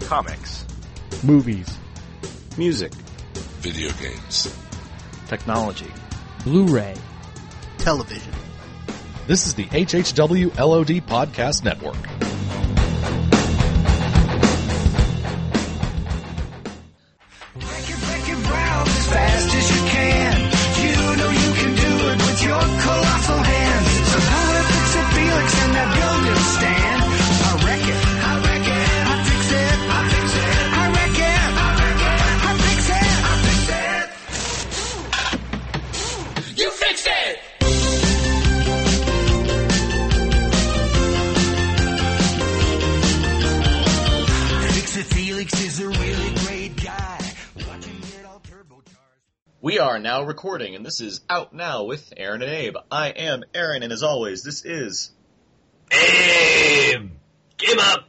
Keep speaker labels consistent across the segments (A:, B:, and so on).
A: comics,
B: movies,
A: music,
C: video games.
D: technology.
E: Blu-ray.
F: television.
G: This is the HHW LOD Podcast Network.
H: We are now recording, and this is Out Now with Aaron and Abe. I am Aaron, and as always, this is Abe. Give up.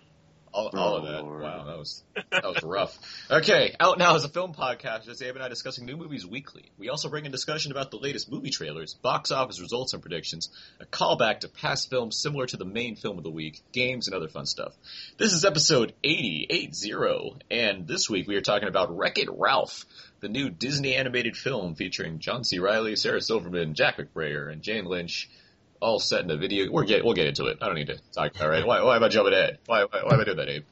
H: All, all of that. Wow, that was that was rough. Okay, Out Now is a film podcast. It's Abe and I discussing new movies weekly. We also bring in discussion about the latest movie trailers, box office results and predictions, a callback to past films similar to the main film of the week, games, and other fun stuff. This is episode 80, 80, and this week we are talking about Wreck It Ralph, the new Disney animated film featuring John C. Riley, Sarah Silverman, Jack McBrayer, and Jane Lynch, all set in a video. We're get, we'll get into it. I don't need to talk about it. right? Why, why am I jumping ahead? Why, why, why am I doing that, Abe?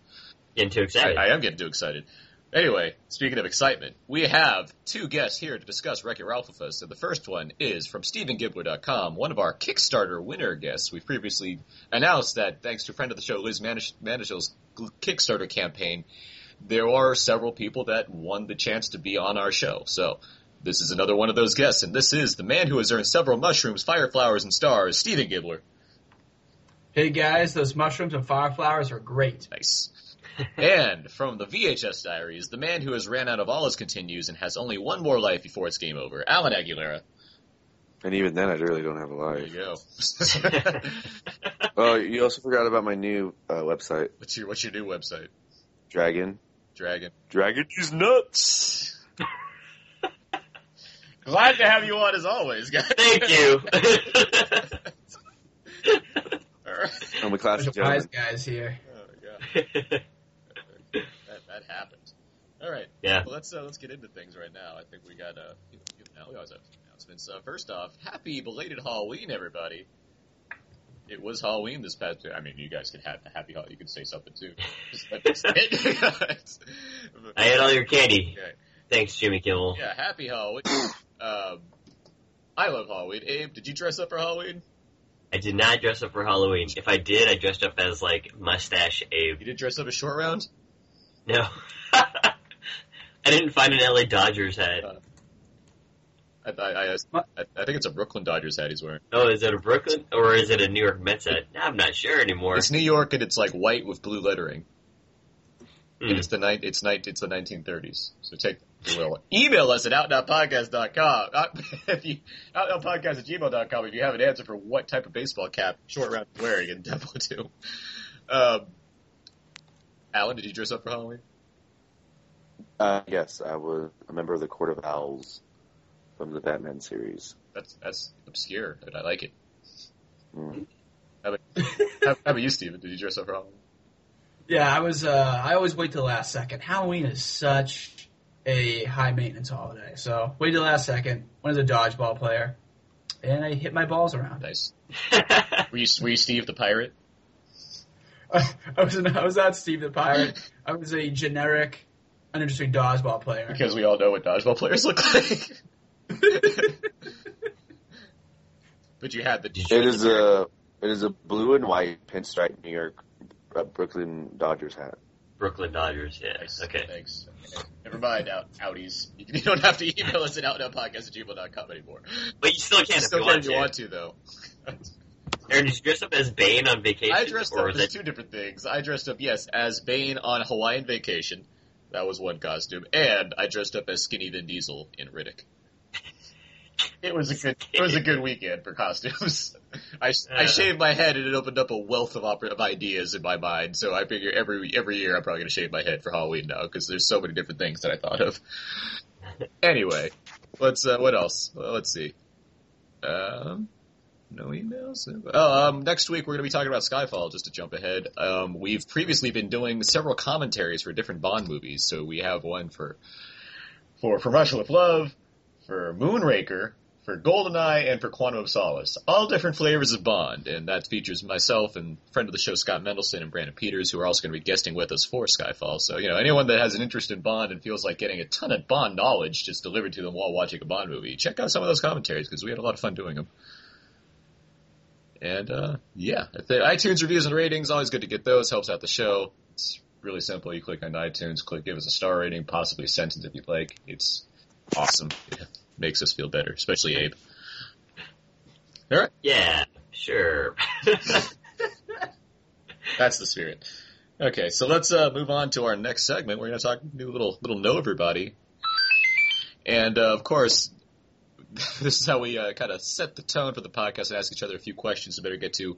I: Getting too
H: I,
I: excited.
H: I am getting too excited. Anyway, speaking of excitement, we have two guests here to discuss Wreck-It Ralph with us, and the first one is from StephenGibbler.com, one of our Kickstarter winner guests. We've previously announced that, thanks to friend of the show Liz Manish- Manishill's Kickstarter campaign, there are several people that won the chance to be on our show. So this is another one of those guests, and this is the man who has earned several mushrooms, fire flowers, and stars, Stephen Gibbler.
J: Hey guys, those mushrooms and fire flowers are great.
H: Nice. and from the VHS Diaries, the man who has ran out of all his continues and has only one more life before it's game over, Alan Aguilera.
C: And even then, I really don't have a
H: There you
C: life.
H: go.
C: Oh, you also forgot about my new uh, website,
H: what's your what's your new website?
C: Dragon.
H: Dragon.
C: Dragon is nuts.
H: Glad to have you on as always, guys.
I: Thank you.
H: All right.
C: I'm a
J: Bunch
C: classic
J: of wise
C: gentleman.
J: guys here.
H: Oh, God. That, that happened. All right.
I: yeah.
H: Well, let's uh, let's get into things right now. I think we got uh, you you know, we always have announcements. Uh, first off, happy belated Halloween, everybody! It was Halloween this past. I mean, you guys could have a happy. Hall- You could say something too. Just let this hit.
I: I had all your candy.
H: Okay.
I: Thanks, Jimmy Kimmel.
H: yeah, happy Halloween. um, I love Halloween. Abe, did you dress up for Halloween?
I: I did not dress up for Halloween. If I did, I dressed up as like mustache Abe.
H: You did dress up as short round.
I: No. I didn't find an LA Dodgers hat.
H: Uh, I, I, I, I I think it's a Brooklyn Dodgers hat he's wearing.
I: Oh, is it a Brooklyn or is it a New York Mets hat? I'm not sure anymore.
H: It's New York and it's like white with blue lettering.
I: Hmm.
H: And it's the night. It's night. It's the 1930s. So take. Well, email us at outnowpodcast.com. Out, Uh, if you outnowpodcast at gmail.com if you have an answer for what type of baseball cap short round you're wearing and devil do. Um, Alan, did you dress up for Halloween?
C: Uh, yes, I was a member of the Court of Owls from the Batman series.
H: That's that's obscure, but I like it.
C: Mm.
H: How, how about you, Steven? Did you dress up for Halloween?
J: Yeah, I was. Uh, I always wait till the last second. Halloween is such a high maintenance holiday, so wait till the last second. Went as a dodgeball player, and I hit my balls around.
H: Nice. Were you, were you Steve the pirate?
J: I was. I was not Steve the pirate. I was a generic, uninteresting dodgeball player.
H: Because we all know what dodgeball players look like. but you had the
C: It is a it is a blue and white pinstripe New York uh, Brooklyn Dodgers hat.
I: Brooklyn Dodgers, yeah.
H: Thanks.
I: Okay.
H: Thanks. Never mind out, outies. You, you don't have to email us at outnowpodcast at gmail.com anymore.
I: But you still can if
H: Still
I: you
H: can
I: want
H: if you
I: to.
H: want to, though.
I: Aaron, did you dress up as Bane on vacation?
H: I dressed
I: or
H: up
I: was
H: as
I: that
H: two different things. I dressed up, yes, as Bane on Hawaiian vacation. That was one costume. And I dressed up as Skinny Vin Diesel in Riddick. It was a good. It was a good weekend for costumes. I, I
I: Uh.
H: shaved my head and it opened up a wealth of, oper- of ideas in my mind. So I figure every every year I'm probably gonna shave my head for Halloween now because there's so many different things that I thought of. anyway, let's uh, what else? Well, let's see. Um, No emails. Oh, um, next week we're going to be talking about Skyfall. Just to jump ahead, um, we've previously been doing several commentaries for different Bond movies. So we have one for for From Russia with Love, for Moonraker, for Goldeneye, and for Quantum of Solace. All different flavors of Bond, and that features myself and friend of the show Scott Mendelson and Brandon Peters, who are also going to be guesting with us for Skyfall. So you know, anyone that has an interest in Bond and feels like getting a ton of Bond knowledge just delivered to them while watching a Bond movie, check out some of those commentaries because we had a lot of fun doing them. And uh, yeah, if they, iTunes reviews and ratings always good to get those. Helps out the show. It's really simple. You click on iTunes, click give us a star rating, possibly a sentence if you'd like. It's awesome. It makes us feel better, especially Abe. All right,
I: Yeah, sure.
H: that's the spirit. Okay, so let's uh, move on to our next segment. We're going to talk do a little little know everybody, and uh, of course, this is how we uh, kind of set the tone for the podcast and ask each other a few questions to better get to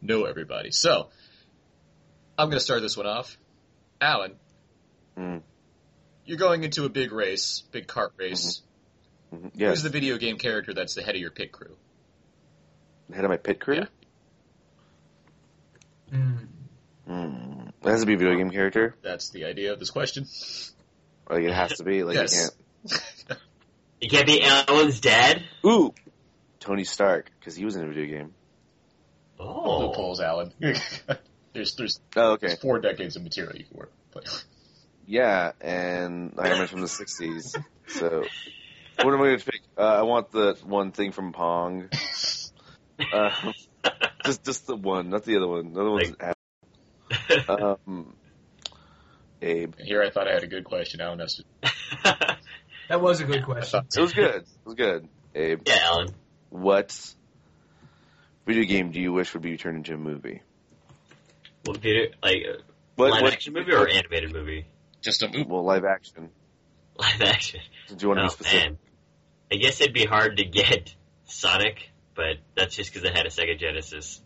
H: know everybody. So, I'm going to start this one off. Alan,
C: Mm.
H: you're going into a big race, big cart race.
C: Mhm.
H: Who's
C: Yes.
H: the video game character that's the head of your pit crew?
C: Head of my pit crew?
H: Yeah.
J: Mm.
C: Mm. It has to be a video game character.
H: That's the idea of this question.
C: Like, it has to be. Like,
H: Yes.
C: you can't.
I: It can't be Alan's dad.
C: Ooh! Tony Stark, because he was in a video game.
I: Oh,
H: Loopholes, Alan. there's there's
C: Oh,
H: there's
C: okay.
H: four decades of material you can work. But
C: Yeah, and Iron Man from the 60s. So, what am I going to pick? Uh, I want the one thing from Pong. Um, just just the one, not the other one. The other one's um, Abe.
H: here I thought I had a good question. Alan has to.
J: That was a good
H: I
J: question.
H: thought,
C: It was good. It was good. Abe,
I: yeah, Alan.
C: what video game do you wish would be turned into a movie?
I: What video? Like uh,
C: What,
I: live
C: what-
I: action movie or animated movie?
H: just a move.
C: Well, live action.
I: Live action.
C: Do you want to
I: oh
C: be specific?
I: man, I guess it'd be hard to get Sonic, but that's just because I had a Sega Genesis.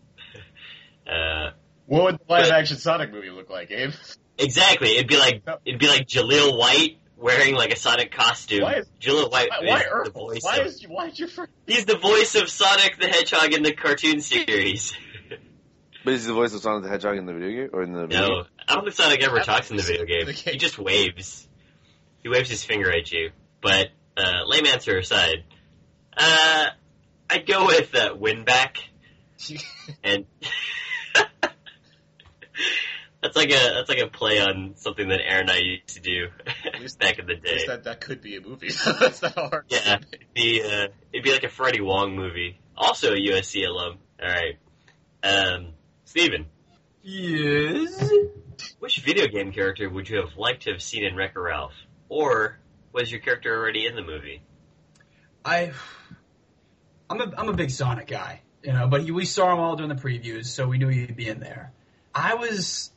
I: uh,
H: What would the live action Sonic movie look like, Abe?
I: exactly. It'd be like
H: No.
I: it'd be like Jaleel White wearing like a Sonic costume.
H: Why is-
I: Jaleel White
H: Why, why
I: is the
H: Urkel?
I: voice.
H: Why
I: of-
H: is why is your friend?
I: he's the voice of Sonic the Hedgehog in the cartoon series.
C: But is he the voice of Sonic the Hedgehog in the video game or in the movie?
I: No, I don't think Sonic ever
H: I don't
I: talks in the
H: think
I: video
H: so.
I: game.
H: The game-
I: He just waves. He waves his finger at you. But uh, lame answer aside, uh, I'd go with uh, Winback, and that's like a that's like a play on something that Aaron and I used to do
H: least-
I: back in the day.
H: that that could be a movie. That's not hard.
I: Yeah, it'd be, uh, it'd be like a Freddie Wong movie. Also a USC alum. All right, um, Steven.
J: Yes.
I: Which video game character would you have liked to have seen in Wreck-It Ralph? Or was your character already in the movie?
J: I, I'm a I'm a big Sonic guy, you know. But he, we saw him all during the previews, so we knew he'd be in there. I was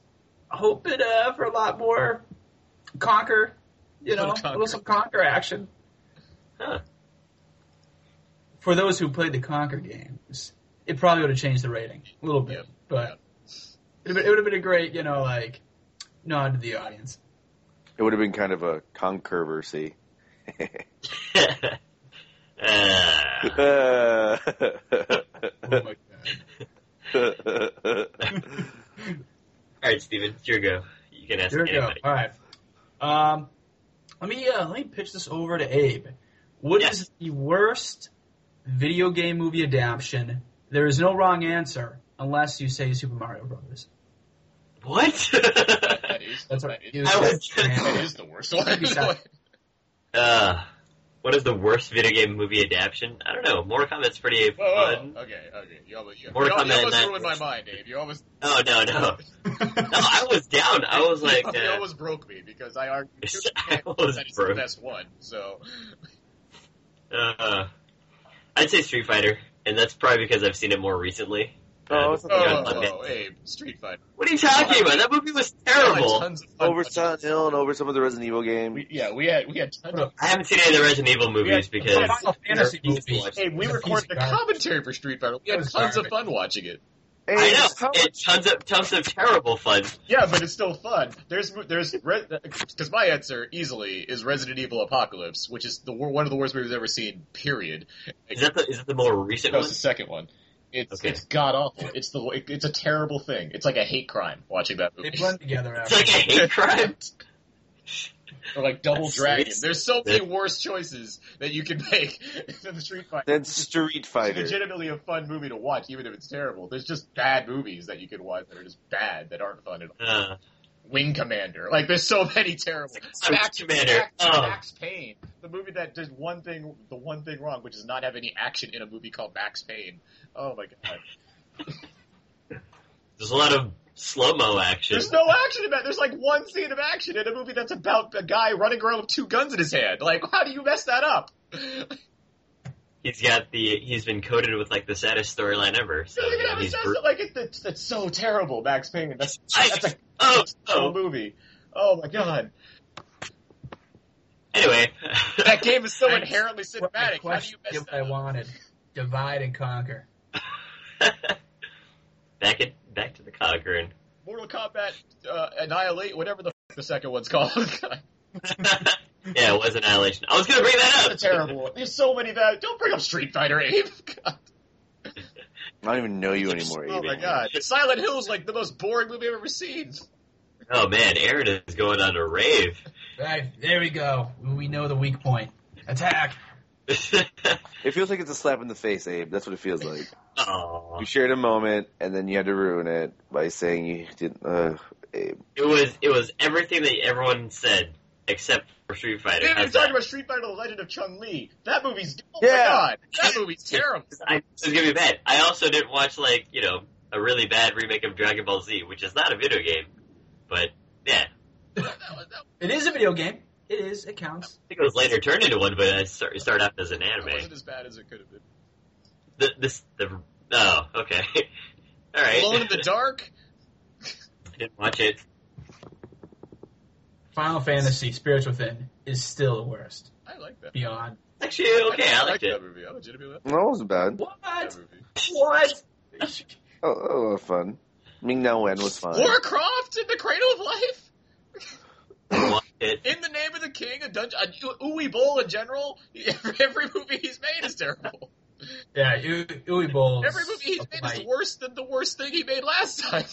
J: hoping uh, for a lot more conquer, you know,
H: Little
J: a
H: Conker.
J: little some conquer action.
I: Huh.
J: For those who played the conquer games, it probably would have changed the rating a little bit,
H: Yeah.
J: but it would have been a great, you know, like nod to the audience.
C: It would have been kind of a controversy.
I: uh,
J: Oh my God.
I: all right, Steven, it's your go. You can ask
J: There we go.
I: anybody.
J: All right. Um, let me uh, let me pitch this over to Abe. What is
I: Yes.
J: the worst video game movie adaptation? There is no wrong answer unless you say Super Mario Brothers.
I: What?
H: That is,
J: That's what
H: that
J: you
H: is,
I: I
J: said.
I: was gonna
H: that is the worst one.
J: Besides-
I: uh, what is the worst video game movie adaptation? I don't know. Mortal Kombat's pretty
H: Whoa, whoa,
I: fun.
H: whoa. Okay, okay. You almost, you, you,
I: Mortal
H: almost
I: Kombat
H: almost
I: nine.
H: ruined my mind, Dave. You almost,
I: Oh no, no, no! I was down. I was like,
H: you
I: uh,
H: almost broke me because I argued
I: It's-
H: two
I: I
H: games
I: almost
H: that it's the
I: broke.
H: best one. So
I: uh, I'd say Street Fighter, and that's probably because I've seen it more recently.
C: Oh,
I: Uh,
C: it's
H: oh,
C: not
I: on
H: oh,
I: Monday.
H: oh, hey, Street Fighter.
I: What are you talking about? That movie was terrible.
H: We had tons of fun
C: over
H: watching
C: Silent
H: this.
C: Hill and over some of the Resident Evil games.
H: We, yeah, we had we had tons of.
I: I haven't seen any of the Resident Evil movies
H: Yeah.
I: because
J: The Final Fantasy
I: they're easy to
J: movies.
I: watch.
H: Hey, we
J: It's a
H: recorded
J: piece
H: the
J: of garbage.
H: commentary for Street Fighter. We
J: It
H: had
J: was
H: tons of
J: garbage.
H: fun watching it.
C: Hey,
I: I
C: it's
I: know,
C: Halloween.
I: and tons of tons of terrible fun.
H: Yeah, but it's still fun. There's there's because my answer easily is Resident Evil Apocalypse, which is the wor- one of the worst movies I've ever seen. Period.
I: Is that the is that the more recent
H: That
I: one?
H: was the second one. It's
I: Okay.
H: it's god awful. It's the it, it's a terrible thing. It's like a hate crime watching that
J: They
H: movie.
J: blend together.
I: It's
J: After.
I: like a hate crime.
H: or like Double
I: That's-
H: Dragon.
I: it's-
H: There's so many worse choices that you can make than the Street Fighter.
C: Then Street
H: It's
C: Fighter.
H: legitimately a fun movie to watch, even if it's terrible. There's just bad movies that you can watch that are just bad that aren't fun at all.
I: Uh,
H: Wing Commander. Like there's so many terrible.
I: Wing Commander.
H: Max,
I: Oh.
H: Max Payne, the movie that did one thing, the one thing wrong, which is not have any action in a movie called Max Payne. Oh my god.
I: there's a lot of slow mo action.
H: There's no action in that. There's like one scene of action in a movie that's about a guy running around with two guns in his hand. Like, how do you mess that up?
I: He's got the he's been coded with like the saddest storyline ever. So
H: Like,
I: yeah,
H: it
I: he's
H: sounds
I: bru-
H: like it, that's, that's so terrible, Max Payne. That's,
I: I-
H: that's a
I: oh,
H: terrible
I: oh.
H: movie. Oh my god.
I: Anyway,
H: That game is so
J: I-
H: inherently
J: What my
H: cinematic. How do you
J: question
H: mess
J: if
H: that
J: I
H: up?
J: wanted divide and conquer.
I: back it back to the Cogren.
H: Mortal Kombat uh, Annihilate, whatever the f- the second one's called. God,
I: yeah, it was Annihilation. I was gonna bring that
H: that's
I: up.
H: a terrible. one. There's so many bad. Don't bring up Street Fighter, Abe. God.
C: I don't even know you anymore.
H: oh my
C: Aiden.
H: god, Silent Hill's like the most boring movie I've ever seen.
I: Oh man, Aaron is going on a rave.
J: All right, there we go. We know the weak point. Attack.
C: It feels like it's a slap in the face, Abe. That's what it feels like.
I: Aw.
C: You shared a moment, and then you had to ruin it by saying you didn't. Uh, Abe.
I: It was it was everything that everyone said except for Street Fighter.
H: Didn't even
I: How's
H: talk
I: that?
H: about Street Fighter: The Legend of Chun Li. That movie's oh my
C: Yeah.
H: god, that movie's terrible.
I: I, it was gonna be bad. I also didn't watch like you know a really bad remake of Dragon Ball Z, which is not a video game, but yeah, I
J: It is a video game. It is. It counts.
I: think it was later turned into one, but it start- it started off as an
H: It
I: anime.
H: wasn't as bad as it could have been.
I: The, this the oh okay, all right.
H: Alone in the Dark.
I: I didn't watch it.
J: Final Fantasy Spirits Within is still the worst.
H: I like that.
J: Beyond.
I: Actually, okay, I liked
H: that
I: it.
H: movie. I legitimately liked
C: No, it wasn't bad.
H: that
J: What?
H: movie.
J: What?
C: Oh, oh, fun. Ming Na Wen was fun.
H: Warcraft in the Cradle of Life.
I: I watched it.
H: In the Name of the King, a dungeon, a Uwe Boll in general. Every movie he's made is terrible.
J: Yeah, U- Uwe Boll.
H: Every movie he's made is worse than the worst thing he made last time.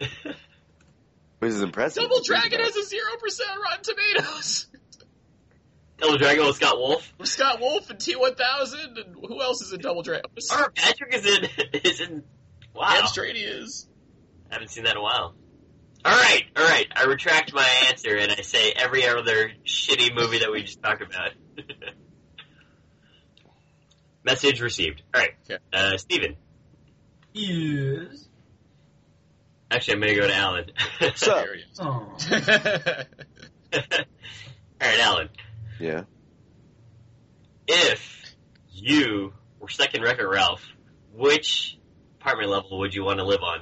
C: Which is impressive.
H: Double Dragon has a zero percent Rotten Tomatoes.
I: Double Dragon with Scott Wolf.
H: With Scott Wolf and T one thousand, and who else is in Double Dragon?
I: Our Patrick is in is in. Wow,
H: Damn straight he is.
I: I haven't seen that in a while. All right, all right. I retract my answer and I say every other shitty movie that we just talked about. Message received. All right,
H: Okay.
I: uh, Steven.
J: Yes.
I: Actually, I'm gonna go to Alan.
C: So-
H: There he
J: Oh.
H: is.
I: all right, Alan.
C: Yeah.
I: If you were stuck in Wreck-It Ralph, which apartment level would you want to live on,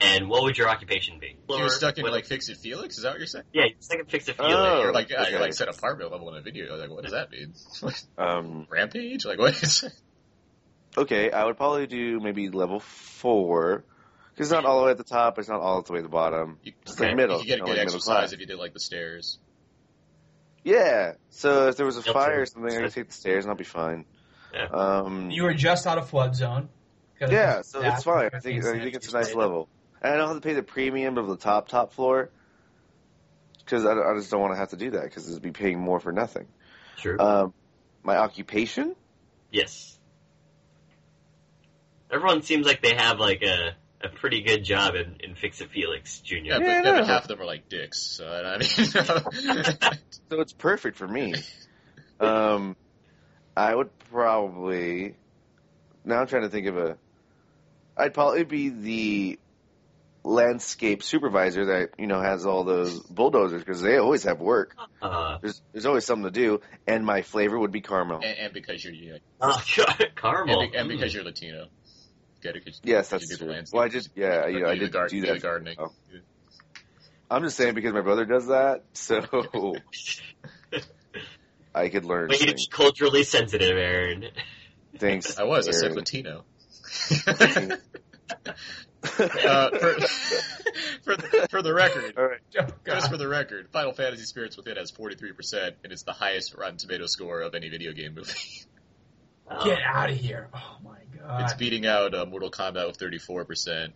I: and what would your occupation be?
H: You're stuck in
I: What-
H: like Fix It Felix? Is that what you're saying?
I: yeah, you're stuck in fix it for
C: Oh.
H: You're like, yeah,
C: okay.
H: you're like set apartment level in a video. Like, what does that mean?
C: Um.
H: Rampage? Like, what is
C: Okay, I would probably do maybe level four. 'Cause It's not all the way at the top. It's not all the way at the bottom.
H: You,
C: It's like
I: Okay.
C: middle.
H: you get a
C: you know,
H: good
C: like middle class.
H: exercise if you did like the stairs.
C: Yeah. So if there was a
I: Yep.
C: fire or something, I could take the stairs and I'll be fine.
I: Yeah.
C: Um,
J: You were just out of flood zone.
C: yeah, so it's fine. I think, I think it's a nice level. And I don't have to pay the premium of the top, top floor. Because I, I just don't want to have to do that because it'd be paying more for nothing.
I: True.
H: Uh,
C: Um, my occupation?
I: Yes. Everyone seems like they have like a, a pretty good job in, in Fix It Felix Jr.
H: Yeah,
C: Yeah,
H: but, yeah,
C: no.
H: but half of them are like dicks. So I mean,
C: So it's perfect for me. um, I would probably. Now I'm trying to think of a. I'd probably be the landscape supervisor that you know has all those bulldozers because they always have work.
I: Uh,
C: There's there's always something to do, and my flavor would be caramel.
H: and, and because you're you know,
I: oh, God, Caramel.
H: and, be, and
I: Mm.
H: because you're Latino, got to could,
C: Yes,
H: you
C: that's
H: do the
C: true.
H: landscape.
C: Well, I just yeah, you know, I
H: do the
C: did
H: gar-
C: do
H: the
C: that.
H: gardening.
C: Oh. I'm just saying because my brother does that, so I could learn.
I: Way to be
C: things.
I: culturally sensitive, Aaron.
C: Thanks.
H: I was. I said
C: Aaron.
H: Latino. uh, for, for, the, for the record,
C: All right.
J: Oh,
H: just for the record, Final Fantasy Spirits Within has 43%, and it's the highest Rotten Tomato score of any video game movie.
I: Oh,
J: Get out of here. Oh my god. God.
H: It's beating out uh, Mortal Kombat with 34%.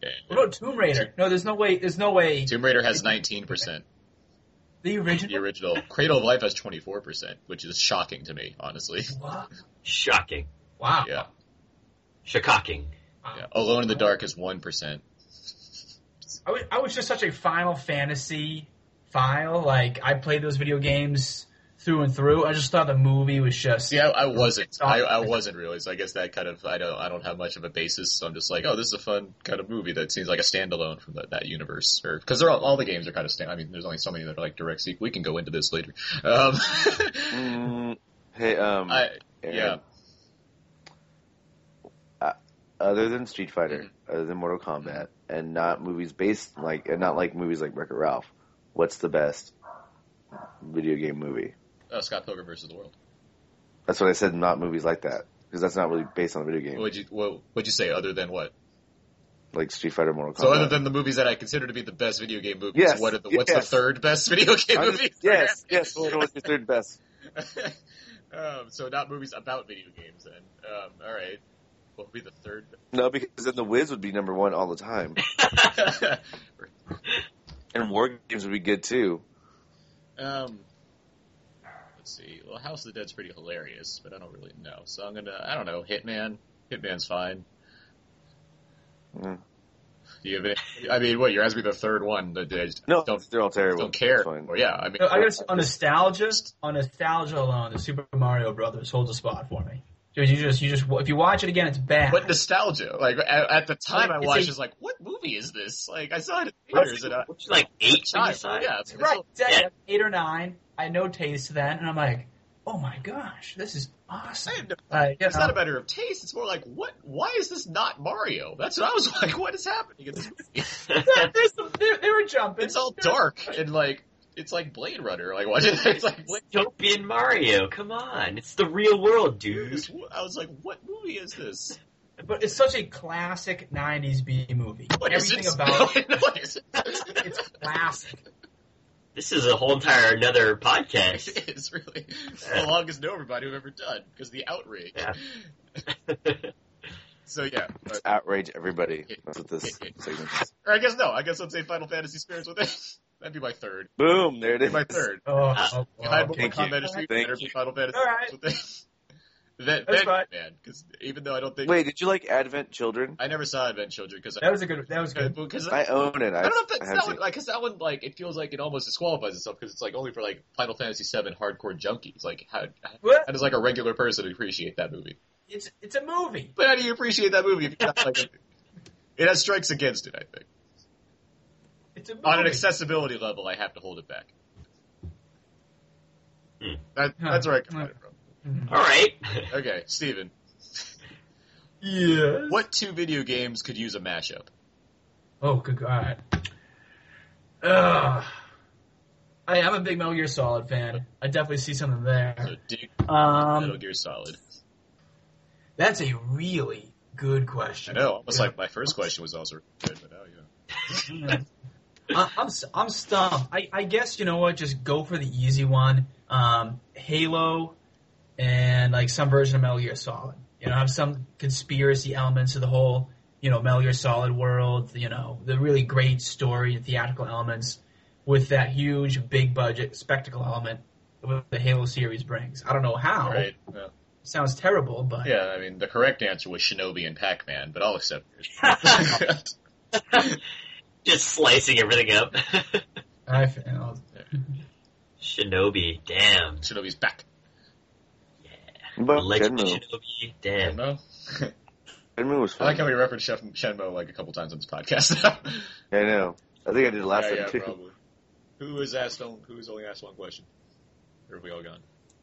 J: What about Tomb Raider? No, there's no way. There's no way.
H: Tomb Raider has 19%.
J: The
H: The
J: original.
H: original Cradle of Life has 24%, which is shocking to me, honestly.
J: Wow.
I: Shocking.
J: Wow.
H: Yeah.
I: Shocking.
H: yeah. Alone in the Dark is 1%.
J: I was, I was just such a Final Fantasy file. Like I played those video games through and through. I just thought the movie was just
H: See, I, I wasn't. I, I wasn't really. So I guess that kind of I don't. I don't have much of a basis. So I'm just like, oh, this is a fun kind of movie that seems like a standalone from that, that universe. Or because they're all, all the games are kind of stand. I mean, there's only so many that are like direct sequel. We can go into this later. Um,
C: Mm, hey, um,
H: I,
C: Aaron,
H: yeah.
C: other than Street Fighter,
H: Mm-hmm.
C: other than Mortal Kombat, and not movies based like and not like movies like Wreck It Ralph, what's the best video game movie?
H: Oh, Scott Pilgrim versus the World.
C: That's what I said. Not movies like that because that's not really based on a video game.
H: What'd you what, What'd you say? Other than what?
C: Like Street Fighter, Mortal Kombat.
H: So other than the movies that I consider to be the best video game movies,
C: Uh-huh. Yes,
H: what are the, what's
C: yes.
H: the third best video game
C: I'm
H: movie?
C: just- yes, yes. Well, what's your third best?
H: um, so not movies about video games. Then um, all right. What would be the third?
C: No, because then The Wiz would be number one all the time, and War Games would be good too.
H: Um, let's see. Well, House of the Dead's pretty hilarious, but I don't really know. So I'm gonna. I don't know. Hitman. Hitman's fine.
C: Mm.
H: Do you have any, I mean, what? You're asking me the third one. That I just
C: No,
H: don't
C: they're all terrible.
H: don't care.
C: It's fine.
H: Or, yeah, I mean,
J: So I guess on nostalgia, on nostalgia alone, the Super Mario Brothers holds a spot for me. Dude, you just, you just, if you watch it again, it's bad.
H: what nostalgia? Like at, at the time I
J: It's
H: watched,
J: a-
H: it's like, what movie is this? Like I saw it uh, in theaters. And I,
I: Which is like eight when you
H: child,
I: saw it?
H: yeah, it's-
J: right? Exactly.
I: yeah.
J: Eight or nine. I had no taste then, and I'm like, oh my gosh, this is awesome.
H: I had no-
J: Like, you
H: It's not a
J: know,
H: matter of taste. It's more like, what? Why is this not Mario? That's what I was like. What is happening in this movie?
J: There's some- they, they were jumping.
H: It's all dark and like it's like Blade Runner. Like what? It's like Blade
I: Dystopian Mario. Come on, it's the real world, dude.
H: This- I was like, what movie is this?
J: But it's such a classic '90s B movie.
H: What is
J: Everything
H: it?
J: about it,
H: what is it?
J: it's classic.
I: This is a whole entire another podcast.
H: it is really it's the longest Noverbot we've ever done because the outrage.
I: Yeah.
H: So yeah, but-
C: Outrage everybody. That's what this segment is.
H: or I guess no. I guess let's say Final Fantasy spirits with it. That'd be my third.
C: Boom! There it
H: That'd
C: is.
H: be my third.
J: Oh, oh,
H: If I had
J: oh,
H: Mortal
C: thank you.
H: Kombat Street
C: Thank
H: Fighter,
C: you.
H: Final Fantasy
J: All right.
H: spirits with it. Then,
J: That's
H: then
J: fine.
H: man, because even though I don't think
C: Wait, did you like Advent Children?
H: I never saw Advent Children because
J: that was a good. That was
H: I,
J: good.
H: because
C: I own it. I,
H: I don't know if
C: I
H: that's
C: have
H: that
C: seen
H: one, like, cause that one, like, it feels like it almost disqualifies itself because it's like only for like Final Fantasy VII hardcore junkies. Like, how,
J: What?
H: how does like a regular person appreciate that movie?
J: It's it's a movie.
H: But how do you appreciate that movie? If you're not, like, a- it has strikes against it, I think.
J: It's a movie.
H: On an accessibility level, I have to hold it back.
I: Hmm.
H: That,
J: Huh.
H: that's where I got it from.
I: All right.
H: Okay, Steven.
J: Yes.
H: What two video games could use a mashup?
J: Oh, good God. Ugh. I, I'm a big Metal Gear Solid fan. I definitely see something
H: So
J: there.
H: Dig, Metal
J: Um,
H: Gear Solid.
J: that's a really good
H: I
J: question.
H: know, almost like my first question was also good, but now, yeah.
J: I, I'm s- I'm stumped. I, I guess you know what? Just go for the easy one. Um, Halo, and like some version of Metal Gear Solid. You know, have some conspiracy elements to the whole you know Metal Gear Solid world. You know, the really great story and theatrical elements with that huge big budget spectacle element that the Halo series brings. I don't know how.
H: All right. yeah.
J: Sounds terrible, but
H: Yeah, I mean, the correct answer was Shinobi and Pac Man, but I'll accept yours.
I: Just slicing everything up.
J: I failed.
I: Shinobi, damn.
H: Shinobi's back.
C: it. But
I: Legend of
C: Shenmue,
I: Shinobi, damn.
H: Shenmue?
C: Shenmue was
H: I
C: fun.
H: like how we referenced Chef Shenmue like a couple times on this podcast.
C: I know. I think I did last
H: yeah, yeah,
C: time too.
H: probably. Who has asked? on- Who has only asked one question? Or have we all gone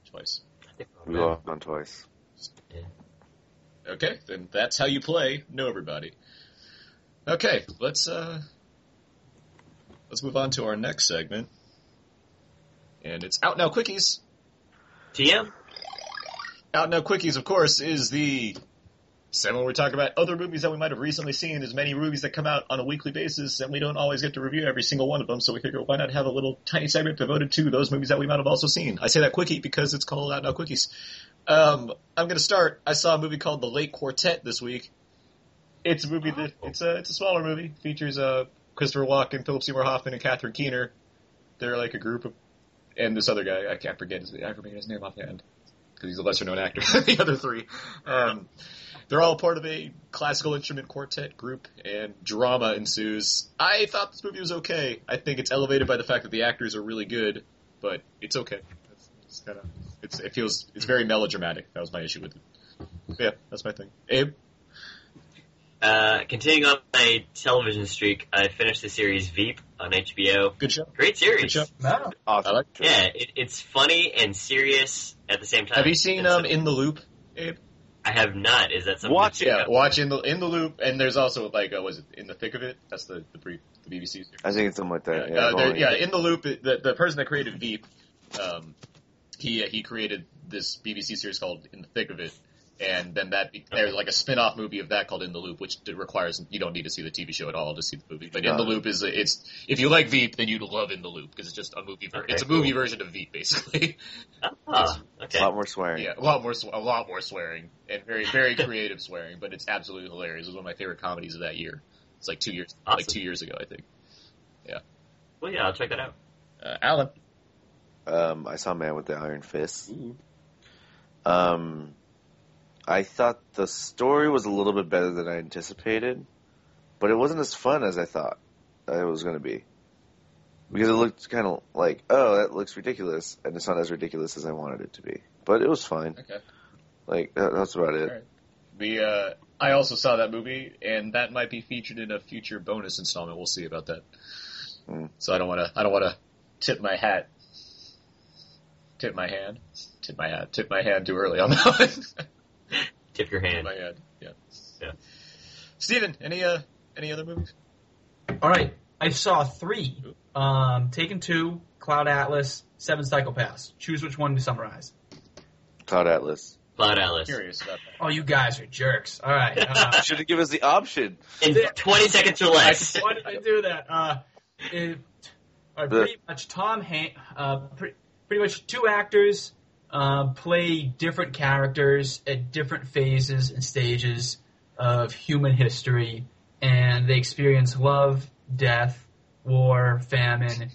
H: twice?
C: We lost on twice.
H: Okay, then that's how you play. Know everybody. Okay, let's uh, let's move on to our next segment, and it's out now quickies.
I: TM?
H: Out Now Quickies, of course, is the segment where we talk about other movies that we might have recently seen. There's many movies that come out on a weekly basis, and we don't always get to review every single one of them, so we figure why not have a little tiny segment devoted to those movies that we might have also seen. I say that quickie because it's called Out Now Quickies. Um, I'm gonna start. I saw a movie called The Late Quartet this week. It's a movie that it's a it's a smaller movie. Features uh Christopher Walken, Philip Seymour Hoffman, and Catherine Keener. They're like a group of, and this other guy I can't forget his I forget his name offhand because he's a lesser known actor than the other three. Um, they're all part of a classical instrument quartet group, and drama ensues. I thought this movie was okay. I think it's elevated by the fact that the actors are really good, but it's okay. It's, it's kind of it's it feels it's very melodramatic. That was my issue with it. Yeah, that's my thing. Abe,
I: Uh, continuing on my television streak, I finished the series Veep on HBO.
H: good show.
I: Great
H: Good
I: series.
H: show.
J: No.
C: Awesome.
H: I like-
I: Yeah, it, it's funny and serious at the same time.
H: Have you seen
I: It's-
H: um In the Loop? Abe?
I: I have not. Is that something?
C: Watch
I: to
C: it.
I: check
H: Yeah,
I: out?
H: watch In the In the Loop, and there's also like uh, was it In the Thick of It? That's the the brief the BBC.
C: I think it's something like that. Yeah,
H: uh, there-
C: only-
H: yeah, in the loop, it- the, the person that created Veep, um, he he created this BBC series called In the Thick of It, and then that be- there's like a spin-off movie of that called In the Loop, which d- requires you don't need to see the TV show at all to see the movie. But In the
C: Got it.
H: Loop is a- it's if you like Veep, then you'd love In the Loop because it's just a movie. Ver-
I: Okay,
H: it's a movie
I: cool.
H: version of Veep, basically.
I: Ah, okay.
C: A lot more swearing.
H: yeah, a lot more sw- a lot more swearing and very very creative swearing, but it's absolutely hilarious. It was one of my favorite comedies of that year. It's like two years like
I: Awesome.
H: two years ago, I think.
I: Well, yeah, I'll check that out.
H: Uh, Alan.
C: Um, I saw Man with the Iron Fist. Um, I thought the story was a little bit better than I anticipated, but it wasn't as fun as I thought it was going to be. Because it looked kind of like, oh, that looks ridiculous, and it's not as ridiculous as I wanted it to be. But it was fine.
H: Okay.
C: Like that, that's about it.
H: Alright. The uh, I also saw that movie, and that might be featured in a future bonus installment. We'll see about that.
C: Hmm.
H: So I don't want to. I don't want to tip my hat. Tip my hand. Tip my hat. Tip my hand too early on that one.
I: Tip your
H: Tip
I: hand.
H: my hand. Yeah.
I: Yeah.
H: Steven, any uh, any other movies?
J: All right. I saw three. Um, Taken Two, Cloud Atlas, Seven Psychopaths. Choose which one to summarize.
C: Cloud Atlas
I: Cloud Atlas.
H: Curious about that.
J: Oh, you guys are jerks. All right. Uh,
C: should have given us the option.
I: In 20 seconds or less.
J: why did I do that? Uh, it, all right,
C: The-
J: pretty much Tom Han- uh, pretty, pretty much two actors uh, play different characters at different phases and stages of human history, and they experience love, death, war, famine,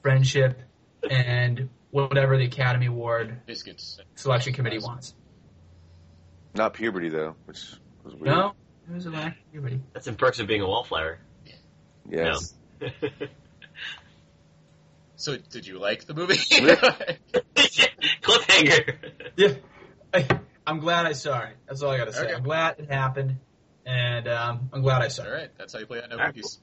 J: friendship, and whatever the Academy Award
H: Biscuits.
J: selection committee wants.
C: Not puberty though, which was weird.
J: No, it was a lack of puberty.
I: That's in perks of being a wallflower.
C: Yes.
H: So, did you like the movie?
I: Cliffhanger.
J: Yeah, I, I'm glad I saw it. That's all I gotta say.
H: Okay.
J: I'm glad it happened, and um, I'm glad I saw
H: All
J: it.
H: right, that's how you play on no
I: All right,
H: cookies.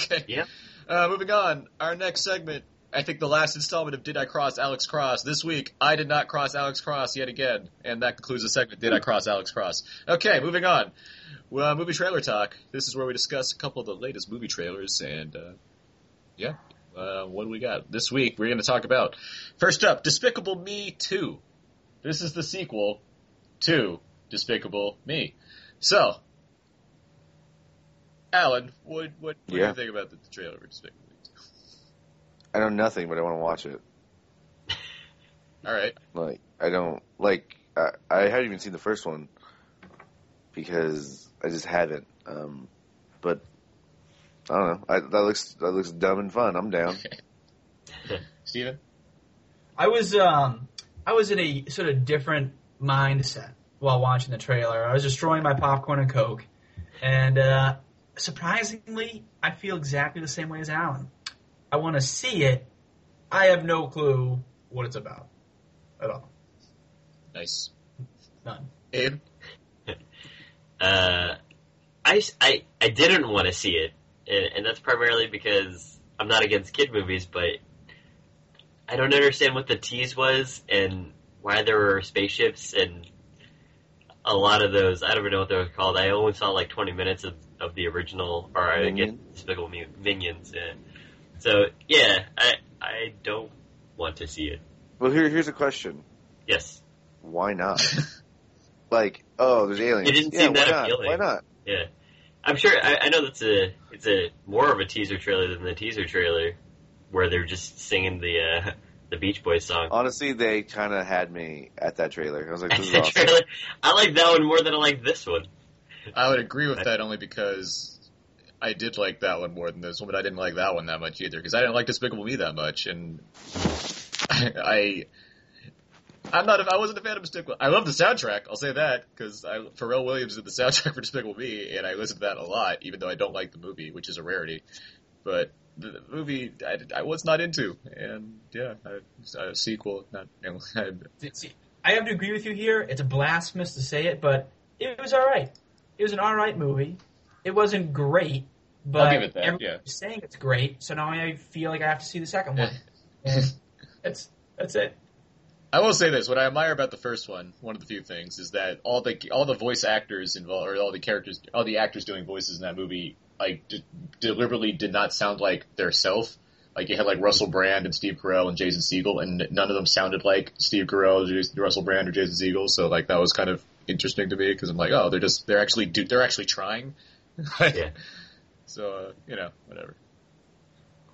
H: okay.
I: Yeah.
H: Uh, moving on, our next segment. I think the last installment of Did I Cross Alex Cross this week. I did not cross Alex Cross yet again, and that concludes the segment. Did I cross Alex Cross? Okay, moving on. Well, movie trailer talk. This is where we discuss a couple of the latest movie trailers, and uh, yeah, uh, what do we got this week? We're going to talk about first up, Despicable Me Two. This is the sequel to Despicable Me. So, Alan, what what, what do
C: Yeah.
H: you think about the, the trailer for Despicable Me Two?
C: I know nothing, but I want to watch it.
H: All right,
C: Like I don't like I, I haven't even seen the first one because I just haven't. Um, but I don't know. I, that looks that looks dumb and fun. I'm down.
H: Steven?
J: I was um, I was in a sort of different mindset while watching the trailer. I was destroying my popcorn and coke, and uh, surprisingly, I feel exactly the same way as Alan. I want to see it. I have no clue what it's about at all.
H: Nice.
J: None.
H: Abe?
I: Uh, I, s- I- I didn't want to see it, and, and that's primarily because I'm not against kid movies, but I don't understand what the tease was and why there were spaceships and a lot of those. I don't even know what they were called. I only saw like 20 minutes of, of the original, or I guess
C: Minion?
I: Despicable Me- Minions. Yeah. So, yeah, I, I don't want to see it.
C: Well, here here's a question.
I: Yes.
C: Why not? like oh, there's aliens.
I: It didn't
C: yeah,
I: seem
C: why
I: that
C: not?
I: appealing.
C: Why not?
I: Yeah, I'm sure. I, I know that's a it's a more of a teaser trailer than the teaser trailer, where they're just singing the uh, the Beach Boys song.
C: Honestly, they kind of had me at that trailer. I was like,
I: And
C: this is
I: the
C: awesome.
I: trailer- I like that one more than I like this one.
H: I would agree with that only because I did like that one more than this one, but I didn't like that one that much either because I didn't like Despicable Me that much, and I. I'm not. a- I wasn't a fan of Despicable. I love the soundtrack. I'll say that because Pharrell Williams did the soundtrack for Despicable Me, and I listened to that a lot, even though I don't like the movie, which is a rarity. But the the movie, I, did- I was not into, and yeah, I, a sequel. Not. You know, I,
J: See, I have to agree with you here. It's a blasphemous to say it, but it was all right. It was an all right movie. It wasn't great, but
H: give it that,
J: everyone's
H: yeah.
J: saying it's great. So now I feel like I have to see the second one. And that's that's it.
H: I will say this: what I admire about the first one, one of the few things, is that all the all the voice actors involved, or all the characters, all the actors doing voices in that movie, like d- deliberately did not sound like their self. Like you had like Russell Brand and Steve Carell and Jason Segel, and none of them sounded like Steve Carell, Jas- Russell Brand, or Jason Segel. So like that was kind of interesting to me because I'm like, oh, they're just they're actually do, they're actually trying.
I: Yeah.
H: So uh, you know, whatever.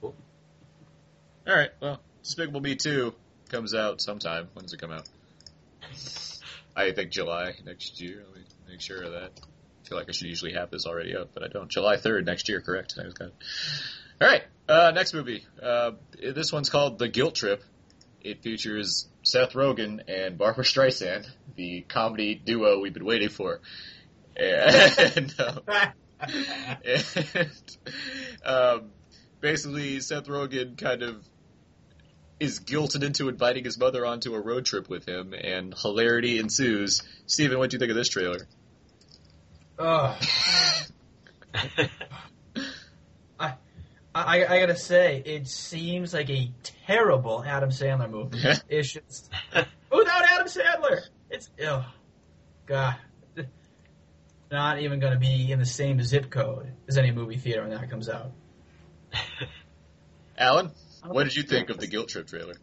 I: Cool.
H: All right. Well, Despicable Me Two comes out sometime. When does it come out? I think July next year. Let me make sure of that. I feel like I should usually have this already up, but I don't. July third next year. Correct. I was kind of... All right. Uh, next movie. Uh, this one's called The Guilt Trip. It features Seth Rogen and Barbara Streisand, the comedy duo we've been waiting for. And um, and um, basically Seth Rogen kind of is guilted into inviting his mother onto a road trip with him, and hilarity ensues. Steven, what do you think of this trailer?
J: Ugh. I, I I gotta say, it seems like a terrible Adam Sandler movie. it's just without Adam Sandler, it's ugh, God, not even gonna be in the same zip code as any movie theater when that comes out.
H: Alan, what did you think of the Guilt Trip trailer?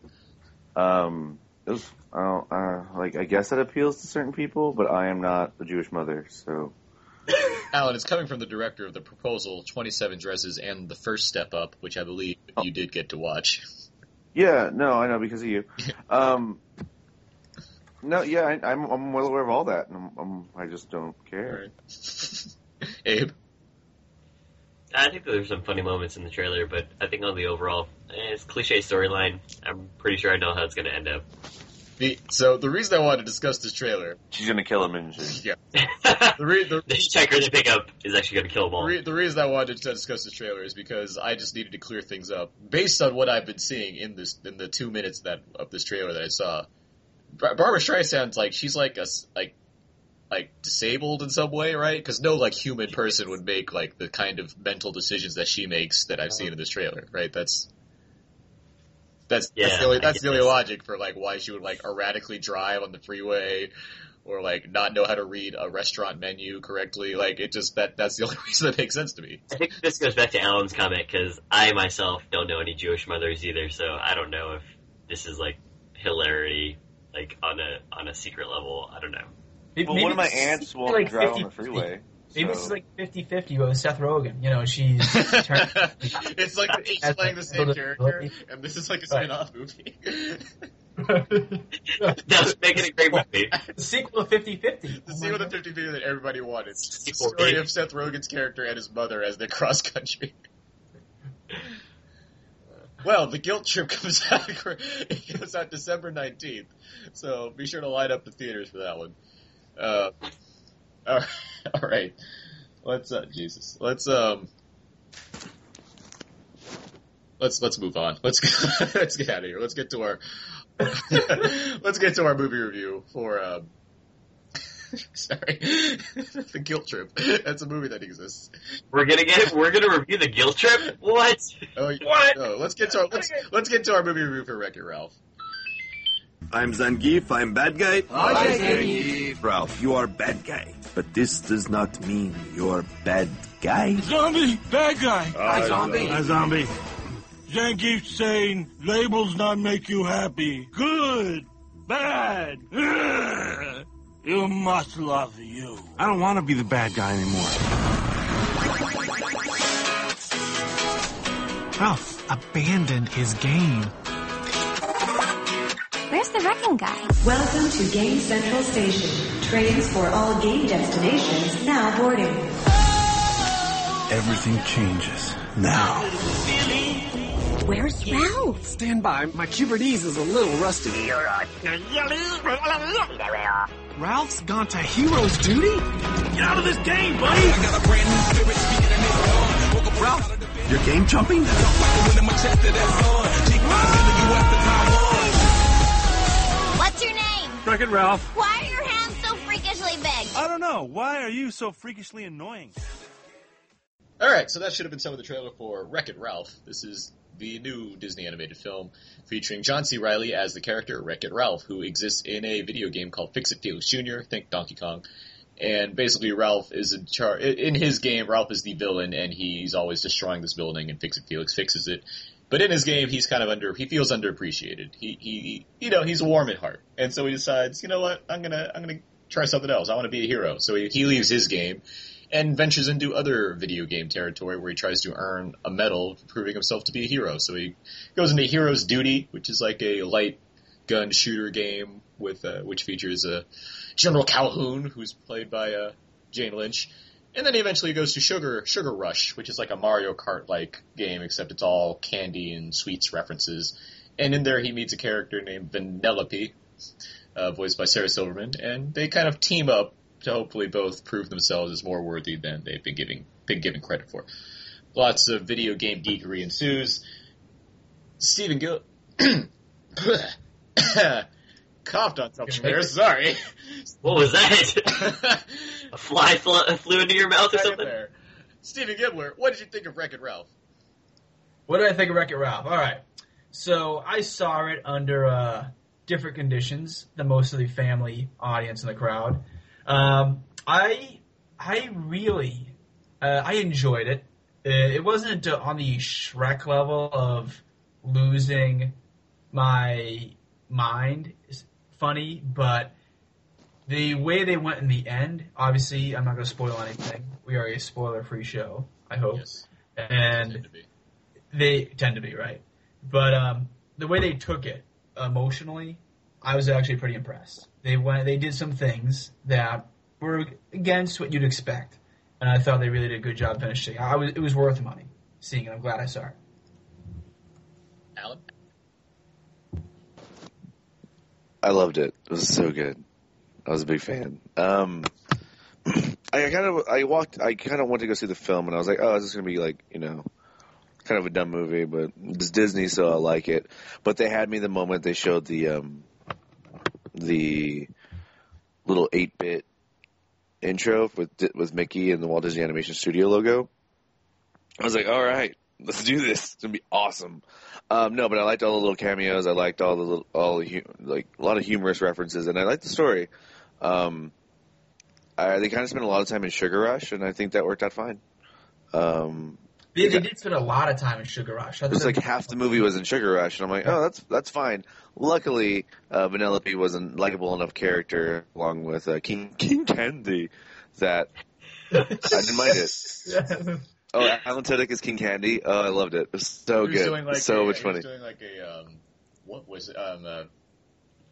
C: Um, it was, I don't, uh, like, I guess that appeals to certain people, but I am not a Jewish mother, so.
H: Alan, it's coming from the director of The Proposal, 27 Dresses, and The First Step Up, which I believe you did get to watch.
C: Yeah, no, I know because of you. Um, no, yeah, I, I'm, I'm well aware of all that, and I'm, I'm, I just don't
H: All
C: care.
H: right. Abe?
I: I think there's some funny moments in the trailer, but I think on the overall, eh, it's cliche storyline. I'm pretty sure I know how it's going to end up.
H: The, so the reason I wanted to discuss this trailer,
C: She's gonna kill him, isn't she?
H: yeah, the, re- the
I: the hitchhiker they pick up is actually going to kill them all.
H: Re- the reason I wanted to discuss this trailer is because I just needed to clear things up. Based on what I've been seeing in this, in the two minutes that of this trailer that I saw, Bar- Barbara Streisand's like she's like a s- like like disabled in some way, right? Because no like human person would make like the kind of mental decisions that she makes that I've seen in this trailer, right? That's that's that's
I: Yeah,
H: the only
I: I
H: that's the only
I: guess.
H: logic for like why she would like erratically drive on the freeway or like not know how to read a restaurant menu correctly. Like it just that that's the only reason that makes sense to me.
I: I think this goes back to Alan's comment because I myself don't know any Jewish mothers either, so I don't know if this is like hilarity, like on a on a secret level. I don't know.
J: Maybe-
C: Well,
J: maybe
C: one of my
J: this is
C: aunts won't
J: like
C: drive on the
J: 50-50.
C: freeway.
J: Maybe this
C: so-
J: is like 50-50 with Seth Rogen. You know, she's turned,
H: it's like each playing the same character, and this is like a spin-off movie.
I: That would make it a great movie.
J: the sequel to 50-50.
H: the scene with the 50 video that everybody wanted. It's the
I: Sequel
H: story
I: eight.
H: of Seth Rogen's character and his mother as they cross country. Well, the Guilt Trip comes out. It comes out December nineteenth, so be sure to line up the theaters for that one. Uh, all right, all right. let's uh, Jesus, let's um, let's let's move on. Let's let's get out of here. Let's get to our let's get to our movie review for um, sorry, the Guilt Trip. That's a movie that exists.
I: We're gonna get we're gonna review the guilt trip. What?
H: Oh, yeah.
J: What?
H: No, let's get to our let's let's get to our movie review for Wreck-It Ralph.
A: I'm Zangief, I'm bad guy.
B: I'm Zangief.
A: Ralph, you are bad guy. But this does not mean you're bad guy.
B: Zombie, bad guy.
A: I
B: zombie. A zombie. Zangief saying labels not make you happy. Good, bad. Ugh. You must love you. I don't want to be the bad guy anymore.
D: Ralph abandoned his game. Where's the wrecking guy?
E: Welcome to Game Central Station. Trains for all game destinations now boarding.
A: Everything changes now.
D: Where's Ralph?
F: Stand by, my Cubertese is a little rusty. Ralph's gone to hero's duty? Get out of this game, buddy! Ralph,
A: You're game jumping?
D: What's your name?
K: Wreck It Ralph.
D: Why are your hands so freakishly big?
B: I don't know. Why are you so freakishly annoying?
H: All right, so that should have been some of the trailer for Wreck It Ralph. This is the new Disney animated film featuring John C. Riley as the character Wreck It Ralph, who exists in a video game called Fix It Felix Jr. Think Donkey Kong. And basically, Ralph is in charge. In his game, Ralph is the villain, and he's always destroying this building, and Fix It Felix fixes it. But in his game, he's kind of under. He feels underappreciated. He, he, you know, he's warm at heart, and so he decides, you know what, I'm gonna, I'm gonna try something else. I want to be a hero. So he, he leaves his game and ventures into other video game territory where he tries to earn a medal, for proving himself to be a hero. So he goes into Hero's Duty, which is like a light gun shooter game with uh, which features uh, General Calhoun, who's played by uh, Jane Lynch. And then he eventually goes to Sugar Sugar Rush, which is like a Mario Kart like game, except it's all candy and sweets references. And in there, he meets a character named Vanellope, uh, voiced by Sarah Silverman, and they kind of team up to hopefully both prove themselves as more worthy than they've been giving been given credit for. Lots of video game geekery ensues. Stephen Gill coughed on something there. Sorry.
I: What was that? a fly fl- flew into your mouth or
H: Right in
I: something?
H: there. Stephen Gibbler, what did you think of Wreck It Ralph?
J: What did I think of Wreck It Ralph? All right. So I saw it under uh, different conditions than most of the family audience in the crowd. Um, I I really uh, I enjoyed it. Uh, It wasn't uh, on the Shrek level of losing my mind. It's funny, but the way they went in the end. Obviously, I'm not going to spoil anything. We are a spoiler-free show. I
H: Oh,
J: hope. And they tend to be right. But um, the way they took it emotionally, I was actually pretty impressed. They went, they did some things that were against what you'd expect, and I thought they really did a good job finishing. I was, it was worth the money seeing it. I'm glad I saw it.
H: Alan?
C: I loved it. It was so good. I was a big fan. Um, I kind of I walked. I kind of wanted to go see the film, and I was like, oh, this is gonna be like you know, kind of a dumb movie, but it's Disney, so I like it. But they had me the moment they showed the um, the little eight bit intro with Di- with Mickey and the Walt Disney Animation Studio logo. I was like, all right, let's do this. It's gonna be awesome. Um, no, but I liked all the little cameos. I liked all the little, all the, hu- like a lot of humorous references, and I liked the story. Um, I, they kind of spent a lot of time in Sugar Rush, and I think that worked out fine. Um,
J: They, they did spend a lot of time in Sugar Rush. I
C: it
J: thought
C: was
J: that-
C: like half the movie was in Sugar Rush, and I'm like, oh, that's that's fine. Luckily, uh, Vanellope was a likable enough character, along with uh, King King Candy, that I didn't mind it. Oh, Alan Tudyk is King Candy. Oh, I loved it. It was so
H: He
C: Oh,
H: was
C: good,
H: doing like
C: so
H: a-
C: much
H: he was
C: funny.
H: doing like a um, what was it? Um, uh,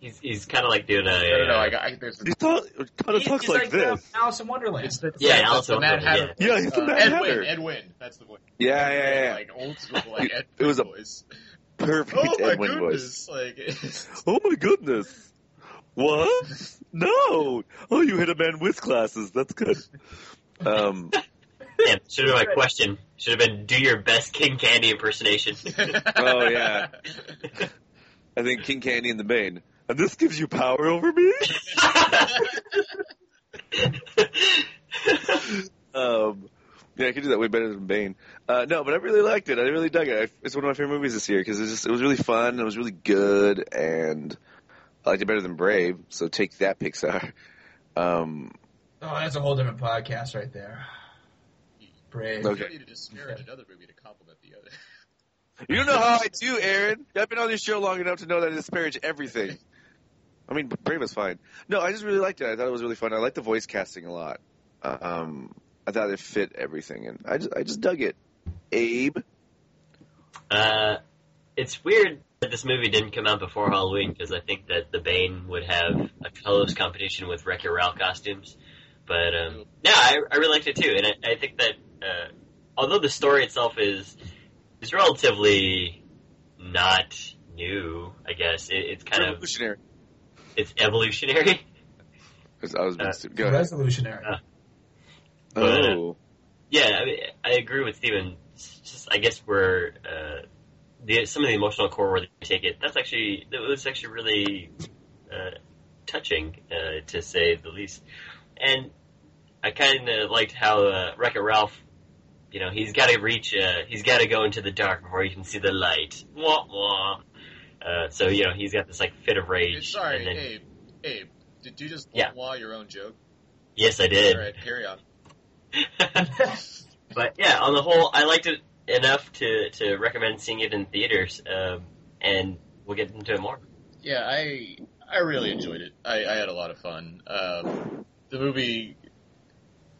I: He's, he's kind of like doing a.
H: I don't know. I, got- I, there's,
C: He thought kind of
J: He's
C: talks like
J: um,
C: this.
J: Alice in Wonderland.
H: it's the,
I: Yeah,
H: that's
I: Alice
H: the
I: in
H: Mad
I: Wonderland,
H: Hatter. Uh,
C: yeah. Yeah, he's the Mad
H: Ed
C: Hatter.
H: Wynn, Ed Wynn, that's the voice.
C: Yeah, yeah, yeah.
H: Like old school, like Ed
C: It was a
H: voice.
C: perfect
H: Oh my
C: Edwin voice.
H: goodness! Like, it's-
C: Oh my goodness. What? No. Oh, you hit a man with glasses. That's good. Um,
I: Yeah, should have been my question. Should have been do your best King Candy impersonation.
C: Oh, yeah. I think King Candy in the main. And this gives you power over me? Um, yeah, I could do that way better than Bane. Uh, no, but I really liked it. I really dug it. I, it's one of my favorite movies this year because it was just it was really fun. It was really good, and I liked it better than Brave. So take that, Pixar. Um,
J: oh, that's a whole different podcast right there. Brave.
C: Okay.
H: You need to just spirit another movie to complement the other.
C: You know how I do, Aaron. I've been on this show long enough to know that I disparage everything. I mean, Brave is fine. No, I just really liked it. I thought it was really fun. I liked the voice casting a lot. Um, I thought it fit everything, and I just, I just dug it. Abe,
I: uh, it's weird that this movie didn't come out before Halloween because I think that the Bane would have a close competition with Wreck-It Ralph costumes. But um, yeah, I, I really liked it too, and I, I think that uh, although the story itself is is relatively not new, I guess it, it's kind of
C: evolutionary.
I: It's evolutionary.
C: Because I was being stupid. Go ahead.
J: Resolutionary.
I: but, uh,
C: Oh,
I: Yeah, I, mean, I agree with Steven. It's Just, I guess where uh, the some of the emotional core where they take it. That's actually that was actually really uh, touching uh, to say the least. And I kind of liked how uh, Wreck-It Ralph. You know, he's got to reach. Uh, he's got to go into the dark before he can see the light. Wah wah. Uh, so you know, he's got this like fit of rage.
H: Sorry,
I: and then-
H: Abe. Abe, did you just
I: Yeah.
H: wah your own joke?
I: Yes, I did.
H: All right, carry on.
I: but yeah, on the whole, I liked it enough to, to recommend seeing it in theaters, um, and we'll get into it more.
H: Yeah, I I really enjoyed it. I, I had a lot of fun. Um, the movie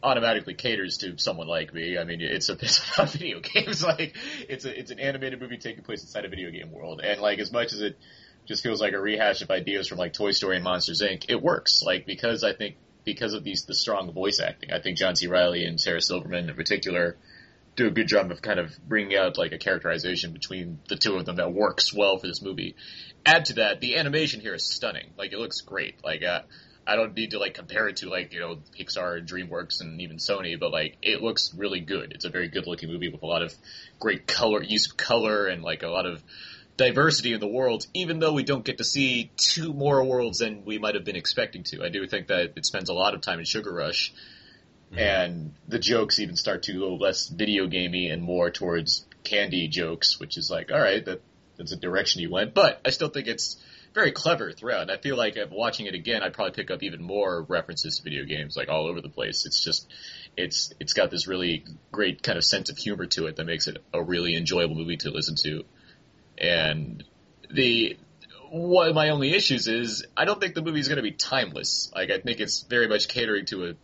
H: automatically caters to someone like me. I mean, it's a it's about video games. Like it's a it's an animated movie taking place inside a video game world, and like as much as it just feels like a rehash of ideas from like Toy Story and Monsters Inc. It works, like because I think because of these the strong voice acting. I think John C. Riley and Sarah Silverman in particular do a good job of kind of bringing out like a characterization between the two of them that works well for this movie. Add to that, the animation here is stunning. Like it looks great. Like uh, I don't need to like compare it to like you know Pixar, and DreamWorks, and even Sony, but like it looks really good. It's a very good looking movie with a lot of great color, use of color, and like a lot of diversity in the worlds, even though we don't get to see two more worlds than we might have been expecting to. I do think that it spends a lot of time in Sugar Rush, and the jokes even start to go less video gamey and more towards candy jokes, which is like, all right, that that's a direction you went. But I still think it's very clever throughout, and I feel like if watching it again, I'd probably pick up even more references to video games, like all over the place. It's just it's it's got this really great kind of sense of humor to it that makes it a really enjoyable movie to listen to and the one of my only issues is I don't think the movie's going to be timeless. Like I think it's very much catering to a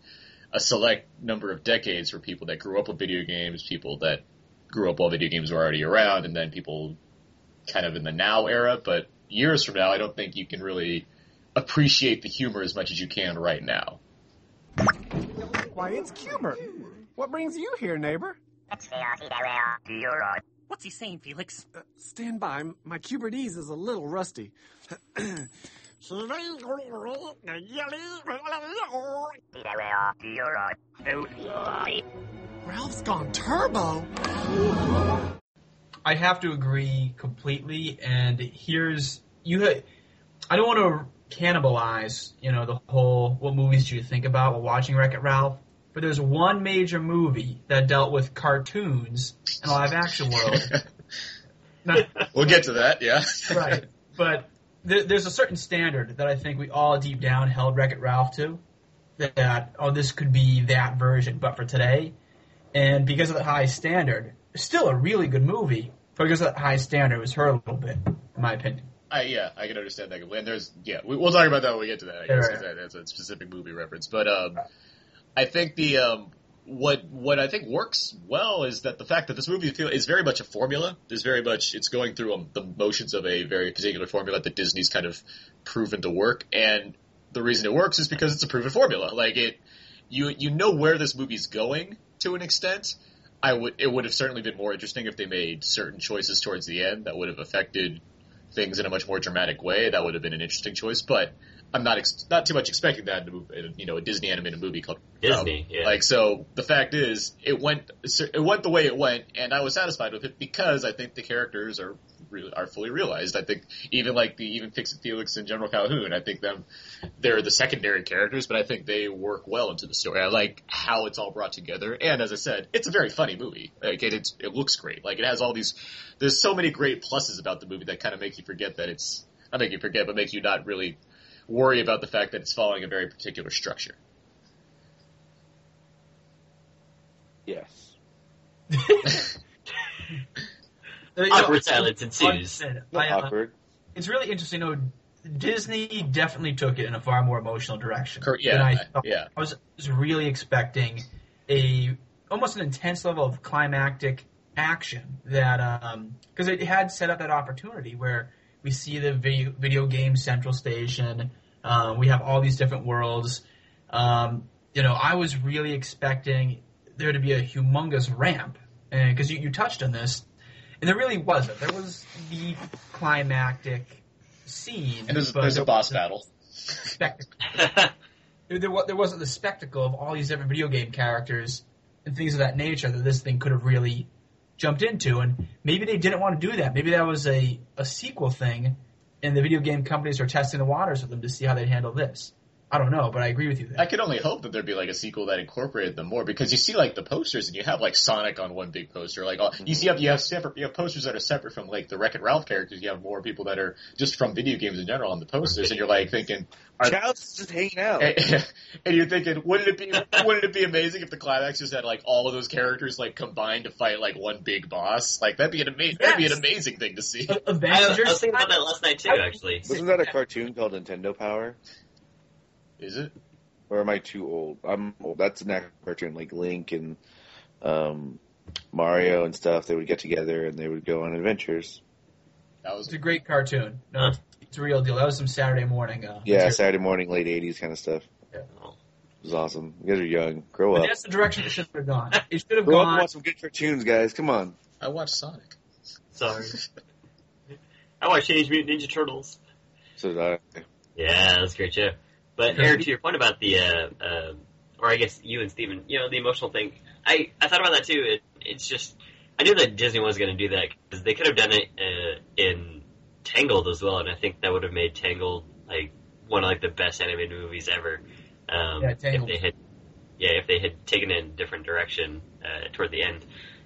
H: a select number of decades for people that grew up with video games, people that grew up while video games were already around, and then people kind of in the now era. But years from now, I don't think you can really appreciate the humor as much as you can right now.
K: Why, it's Cuber. What brings you here, neighbor?
F: What's he saying, Felix?
K: Uh, stand by. m- My Cubertese is a little rusty.
F: Ralph's gone turbo.
J: I'd have to agree completely. And here's you. Ha- I don't want to cannibalize, you know, the whole what movies do you think about while watching Wreck It Ralph. But there's one major movie that dealt with cartoons and live action world. Not-
H: We'll get to that, yeah.
J: right, but there, there's a certain standard that I think we all deep down held Wreck It Ralph to. That oh, this could be that version, but for today, and because of that high standard, still a really good movie. But because of that high standard, it was hurt a little bit, in my opinion.
H: I, yeah, I can understand that. completely. And there's, yeah, we, we'll talk about that when we get to that. I guess 'cause that-
J: Right.
H: that's a specific movie reference. But um, I think the um, what what I think works well is that the fact that this movie feel- is very much a formula. Is very much it's going through um, the motions of a very particular formula that Disney's kind of proven to work. And the reason it works is because it's a proven formula. Like it, you you know where this movie's going to an extent. I would it would have certainly been more interesting if they made certain choices towards the end that would have affected things in a much more dramatic way. That would have been an interesting choice, but I'm not ex- not too much expecting that in a, mov- in a, you know a Disney animated movie called
I: Disney, yeah.
H: Like so, the fact is, it went it went the way it went, and I was satisfied with it because I think the characters are real are fully realized. I think even like the even Fix It Felix and General Calhoun, I think them they're the secondary characters, but I think they work well into the story. I like how it's all brought together, and as I said, it's a very funny movie. Like it, it's, it looks great. Like it has all these. There's so many great pluses about the movie that kind of make you forget that it's not make you forget, but make you not really worry about the fact that it's following a very particular structure.
C: yes.
I: Awkward silence ensues.
J: Like I said,
C: Not
J: I, uh,
C: awkward.
J: it's really interesting. though Disney definitely took it in a far more emotional direction
H: Cor- yeah,
J: than I
H: I-
J: thought.
H: yeah.
J: I was, was really expecting a almost an intense level of um, climactic action that because it had set up that opportunity where We see the video, video game central station. Um, we have all these different worlds. Um, you know, I was really expecting there to be a humongous ramp because you, you touched on this, and there really wasn't. There was the climactic scene.
H: And there's,
J: but
H: there's a
J: there
H: boss
J: wasn't
H: battle.
J: spectacle. there, there, wa- there wasn't the spectacle of all these different video game characters and things of that nature that this thing could have really jumped into. And maybe they didn't want to do that. Maybe that was a, a sequel thing, and the video game companies are testing the waters with them to see how they'd handle this. I don't know, but I agree with you there.
H: I could only hope that there'd be like a sequel that incorporated them more because you see like the posters and you have like Sonic on one big poster, like all, you see you have separate you have posters that are separate from like the Wreck It Ralph characters. You have more people that are just from video games in general on the posters, and you're like thinking, are-
C: Child's just hanging out.
H: and, and you're thinking, wouldn't it be wouldn't it be amazing if the climax just had like all of those characters like combined to fight like one big boss? Like that'd be an amazing that'd be an amazing thing to see.
I: I, was- I was thinking about that last night too, actually.
C: Wasn't that a cartoon called Nintendo Power?
H: Is it?
C: Or am I too old? I'm old. That's an actual cartoon, like Link and um, Mario and stuff. They would get together and they would go on adventures.
H: That was
J: It's a great cartoon. No, it's, it's a real deal. That was some Saturday morning. Uh,
C: Yeah,
J: material.
C: Saturday morning, late '80s kind of stuff.
J: Yeah.
C: It was awesome. You guys are young. Grow
J: But
C: up.
J: that's the direction it should have gone. It should have
C: Grow up and
J: gone.
C: watch some good cartoons, guys. Come on.
H: I watched Sonic.
I: Sorry. I watched Teenage Mutant Ninja Turtles.
C: So uh, did I.
I: Yeah, that's a great show. But Eric, to your point about the, uh, um or I guess you and Steven, you know, the emotional thing. I, I thought about that too. It, it's just I knew that Disney was going to do that because they could have done it uh, in Tangled as well, and I think that would have made Tangled like one of like the best animated movies ever. Um,
J: Yeah,
I: if
J: Tangled.
I: they had, yeah, if they had taken it in a different direction uh, toward the end.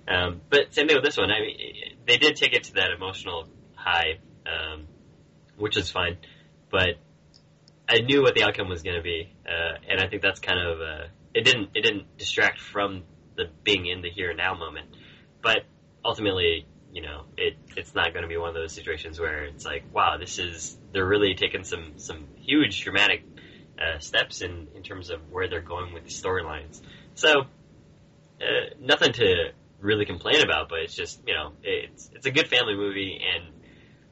I: Um, but same thing with this one. I mean, they did take it to that emotional high, um, which is fine. But I knew what the outcome was going to be, uh, and I think that's kind of uh, it didn't it didn't distract from the being in the here and now moment. But ultimately, you know, it it's not going to be one of those situations where it's like, wow, this is they're really taking some some huge dramatic uh, steps in in terms of where they're going with the storylines. So uh, nothing to really complain about, but it's just you know it's it's a good family movie, and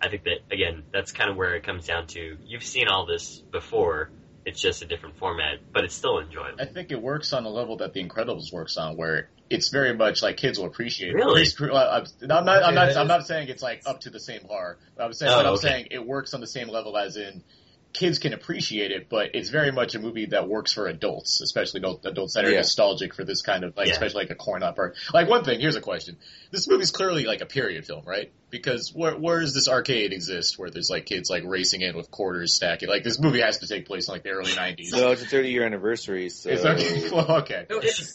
I: I think that again that's kind of where it comes down to. You've seen all this before; it's just a different format, but it's still enjoyable.
H: I think it works on a level that The Incredibles works on, where it's very much like kids will appreciate.
I: Really?
H: It. Well, I'm I'm not. I'm not.
I: Yeah.
H: I'm not saying it's like up to the same horror. But I'm saying.
I: Oh,
H: but I'm
I: okay.
H: saying it works on the same level as in kids can appreciate it, but it's very much a movie that works for adults, especially adult, adults that are
C: Yeah.
H: nostalgic for this kind of like,
I: Yeah.
H: especially like a corn up or like one thing. Here's a question: This movie's clearly like a period film, right? Because where where does this arcade exist where there's like kids like racing in with quarters stacking? Like this movie has to take place in like the early nineties.
C: No, it's a 30 year anniversary. So
H: It's okay. Well, okay.
J: No, it's-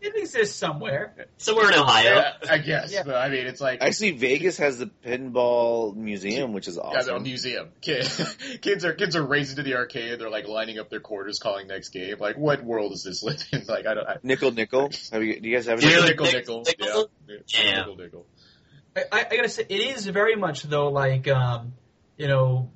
J: it exists somewhere.
I: Somewhere in Ohio,
H: Yeah, I guess,
J: Yeah.
H: but I mean, it's like
C: actually, Vegas has the pinball museum, which is
H: yeah, a
C: awesome.
H: museum. Kid, kids are kids are racing to the arcade. They're like lining up their quarters, calling next game. Like, what world is this living? in? Like, I don't. I,
C: Nickel Nickel. Have you, do you guys have
I: Yeah.
C: any?
H: nickel,
I: like
H: nickel,
I: nickel, nickel?
H: Yeah.
I: Yeah.
H: Nickel, nickel.
J: I, I, I gotta say, it is very much though, like um, you know,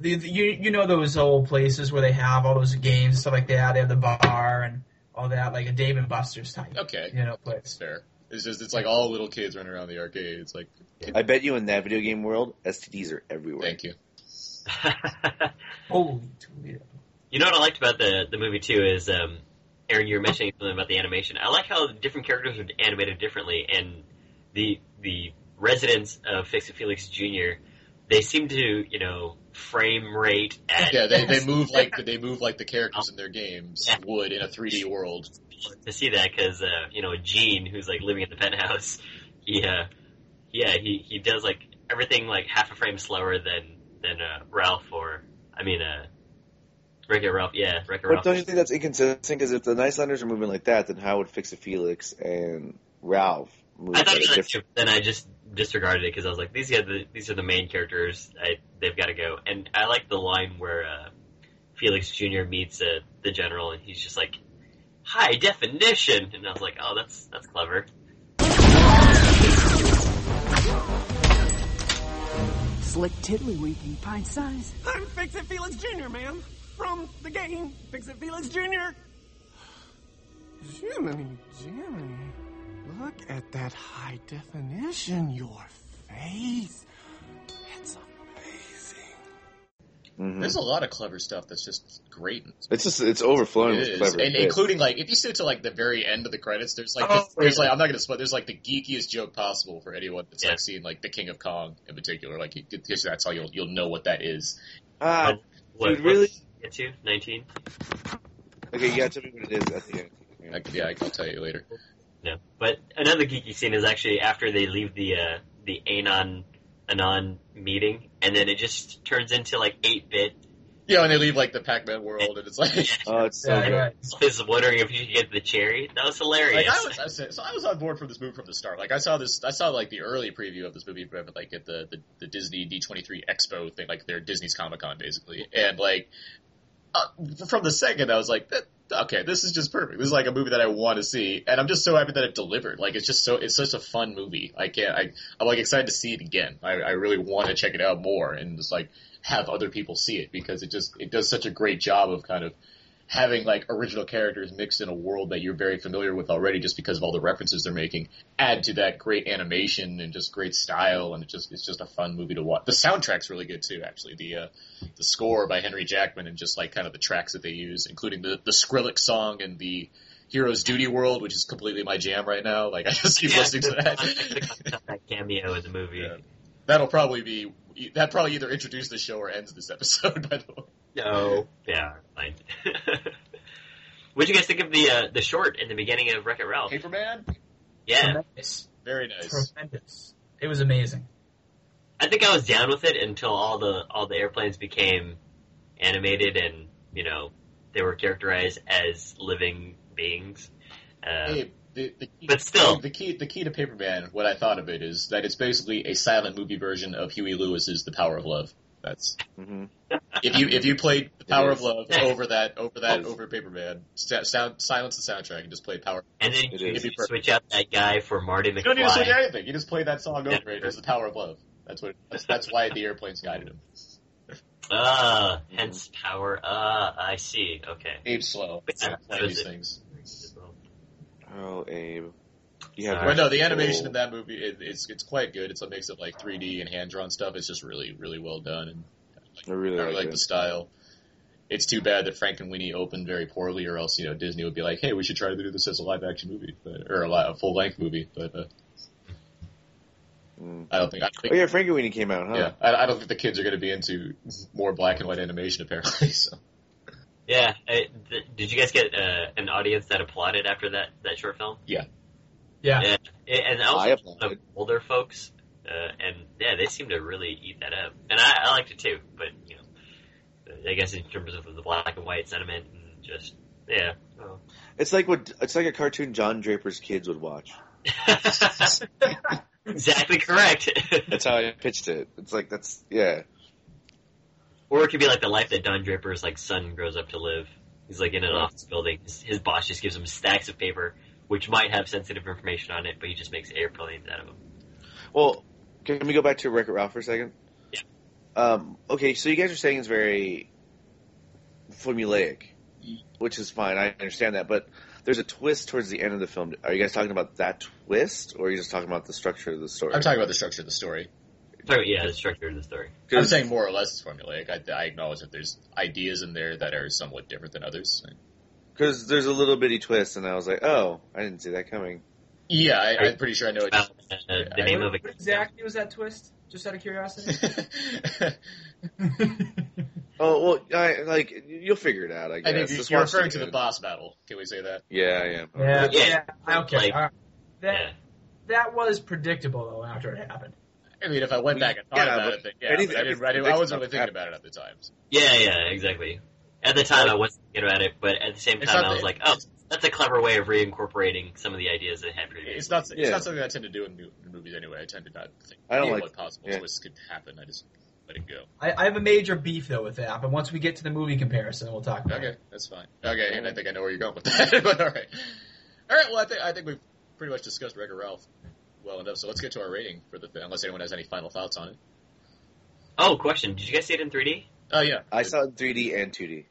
J: the, the you you know those old places where they have all those games and stuff like that. They have the bar and all that, like a Dave and Buster's type,
H: Okay,
J: you know,
H: it's
J: place.
H: fair. It's just it's like all little kids running around the arcade. It's like,
C: I bet you in that video game world, STDs are everywhere.
H: thank you.
J: Holy Toledo!
I: you know what I liked about the the movie too is, um, Aaron, you were mentioning something about the animation. I like how different characters are animated differently, and the the residents of Fix It Felix Jr. They seem to, you know, frame rate at
H: Yeah, they, they move like they move like the characters in their games would in a 3D world.
I: to see that because uh, you know Gene, who's like living in the penthouse, he uh, yeah he he does like everything like half a frame slower than than uh, Ralph or I mean uh, Wreck-It Ralph, yeah Wreck-It
C: But
I: Ralph.
C: don't you think that's inconsistent? Because if the Nicelanders are moving like that, then how would Fix a Felix and Ralph move
I: I
C: at
I: thought
C: a
I: about it
C: different?
I: too, but then I just disregarded it because I was like these are the these are the main characters I, they've got to go and I like the line where uh, Felix Jr. meets uh, the general and he's just like high definition and I was like oh that's that's clever.
F: Slick tiddlywinking pint size.
K: I'm Fix It Felix Jr., man. From the game, Fix It Felix Jr. Jiminy, Jiminy. Look at that high definition. Your face. It's
C: Mhm.
H: There's a lot of clever stuff that's just great.
C: It's just it's overflowing
H: It
C: with
H: is.
C: clever.
H: and
C: bits.
H: including like if you sit to like the very end of the credits, there's like
C: Oh,
H: the, there's
C: yeah.
H: like I'm not gonna spoil. There's like the geekiest joke possible for anyone that's like seen like the King of Kong in particular. Like it- it's- that's how you'll you'll know what that is.
C: ah,
H: What-
C: dude, really?
I: Get you nineteen.
C: Okay, you gotta tell me what it is. I think.
H: I, yeah, I'll tell you later.
I: No, but another geeky scene is actually after they leave the uh, the anon anon meeting, and then it just turns into like eight bit.
H: Yeah, and they leave like the Pac-Man world, and it's like
C: oh, it's
I: so Yeah, good. Is wondering if you could get the cherry. That was hilarious.
H: Like I was, I said, so I was on board for this movie from the start. Like I saw this, I saw like the early preview of this movie, but like at the the, the Disney D twenty three Expo thing, like their Disney's Comic Con basically, and like uh, from the second, I was like, "That- okay, this is just perfect. This is like a movie that I want to see, and I'm just so happy that it delivered. Like it's just so, it's such a fun movie. I can't, I, I'm like excited to see it again. I, I really want to check it out more and just like have other people see it because it just it does such a great job of kind of having like original characters mixed in a world that you're very familiar with already just because of all the references they're making add to that great animation and just great style and it just it's just a fun movie to watch the soundtrack's really good too actually the uh the score by henry jackman and just like kind of the tracks that they use including the the skrillex song and the heroes duty world which is completely my jam right now like i just keep listening to that
I: that cameo in the movie.
H: that'll probably be that probably either introduced the show or ends this episode by the way
I: No. Yeah. Like, what'd you guys think of the uh, the short in the beginning of Wreck It Ralph?
H: Paper Man.
I: Yeah.
H: Very nice.
J: Tremendous. It was amazing.
I: I think I was down with it until all the all the airplanes became animated and you know they were characterized as living beings. Uh,
H: Hey, the, the key,
I: But still.
H: the key the key to Paperman, what I thought of it is that it's basically a silent movie version of Huey Lewis's The Power of Love. That's if you if you played The Power of Love over that over
I: Oh.
H: that over Paperman, sa- sound silence the soundtrack and just play Power.
I: And then
H: It
I: you
H: is.
I: you switch out that guy for Marty
H: You don't need to switch
I: McFly.
H: anything. You just play that song over it. It's The Power of Love. That's what. That's, that's why the airplanes guided him.
I: Ah, hence power. Ah, I see. Okay.
H: Abe slow.
I: But yeah,
H: Play
I: that was
H: these
I: it.
H: things.
C: Oh, Abe. You have
H: Well, no, the
C: control.
H: animation in that movie it, it's it's quite good. It's what makes it like 3D and hand drawn stuff. It's just really really well done, and
C: I really
H: I
C: like,
H: like
C: it.
H: the style. It's too bad that Frank and Winnie opened very poorly, or else you know Disney would be like, "Hey, we should try to do this as a live action movie but, or a, li- a full length movie." But uh, I don't think. I think
C: Oh yeah, Frankie Weenie came out, huh?
H: yeah, I, I don't think the kids are going to be into more black and white animation apparently. So
I: Yeah. I, th- did you guys get uh, an audience that applauded after that that short film?
H: yeah,
J: Yeah.
I: Yeah. And I
H: I
I: also the older folks, uh, and yeah, they seem to really eat that up, and I, I liked it too. But you know, I guess in terms of the black and white sentiment, and just yeah, well,
C: It's like what it's like a cartoon John Draper's kids would watch.
I: exactly correct.
C: That's how I pitched it. It's like that's yeah.
I: or it could be like the life that Don Draper's like son grows up to live. He's like in an office building. His, his boss just gives him stacks of paper, which might have sensitive information on it, but he just makes airplanes out of them.
C: Well, can we go back to Wreck-It Ralph for a second?
I: Yeah.
C: Um, okay, so you guys are saying it's very formulaic, which is fine. I understand that, but there's a twist towards the end of the film. Are you guys talking about that twist, or are you just talking about the structure of the story?
H: I'm talking about the structure of the story.
I: So, yeah, the structure of the story.
H: I'm saying more or less it's formulaic. I, I acknowledge that there's ideas in there that are somewhat different than others.
C: because there's a little bitty twist, and I was like, oh, I didn't see that coming.
H: Yeah, I, I'm pretty sure I know it.
I: Uh, the
H: I-
I: name of
J: What exactly was that twist? Just out of curiosity.
C: Oh well, I, like you'll figure it out. I guess.
H: I think you-
C: Just
H: you're
C: watch
H: referring to
C: the
H: the
C: end.
H: boss battle. Can we say that?
C: Yeah, I am.
J: yeah,
C: Okay.
J: yeah. Okay.
I: Like-
J: all right. That
I: Yeah.
J: that was predictable though after it happened.
H: I mean, if I went back and thought
J: Yeah,
H: about
J: but
H: it, then, yeah,
J: anything-
H: but I, didn't, I, didn't, I wasn't really thinking about it at the time.
I: Yeah, yeah, exactly. At the time, I wasn't thinking about it, but at the same
H: It's
I: time,
H: not
I: I was
H: the-
I: like, oh, that's a clever way of reincorporating some of the ideas that had previously.
H: It's not. It's
I: Yeah.
H: not something I tend to do in mo- in movies anyway. I tend to not think
J: I don't
H: what
J: like-
H: possible twists could happen. I just let it go.
J: I, I have a major beef though with that, but once we get to the movie comparison, we'll talk about
H: Okay, that's fine. Okay, and I think I know where you're going with that. but all right, all right. Well, I think I think we've pretty much discussed Wreck-It Ralph well enough. So let's get to our rating for the. Unless anyone has any final thoughts on it.
I: Oh, question. Did you guys see it in 3D?
H: Oh, yeah.
C: I saw it in 3D and 2D.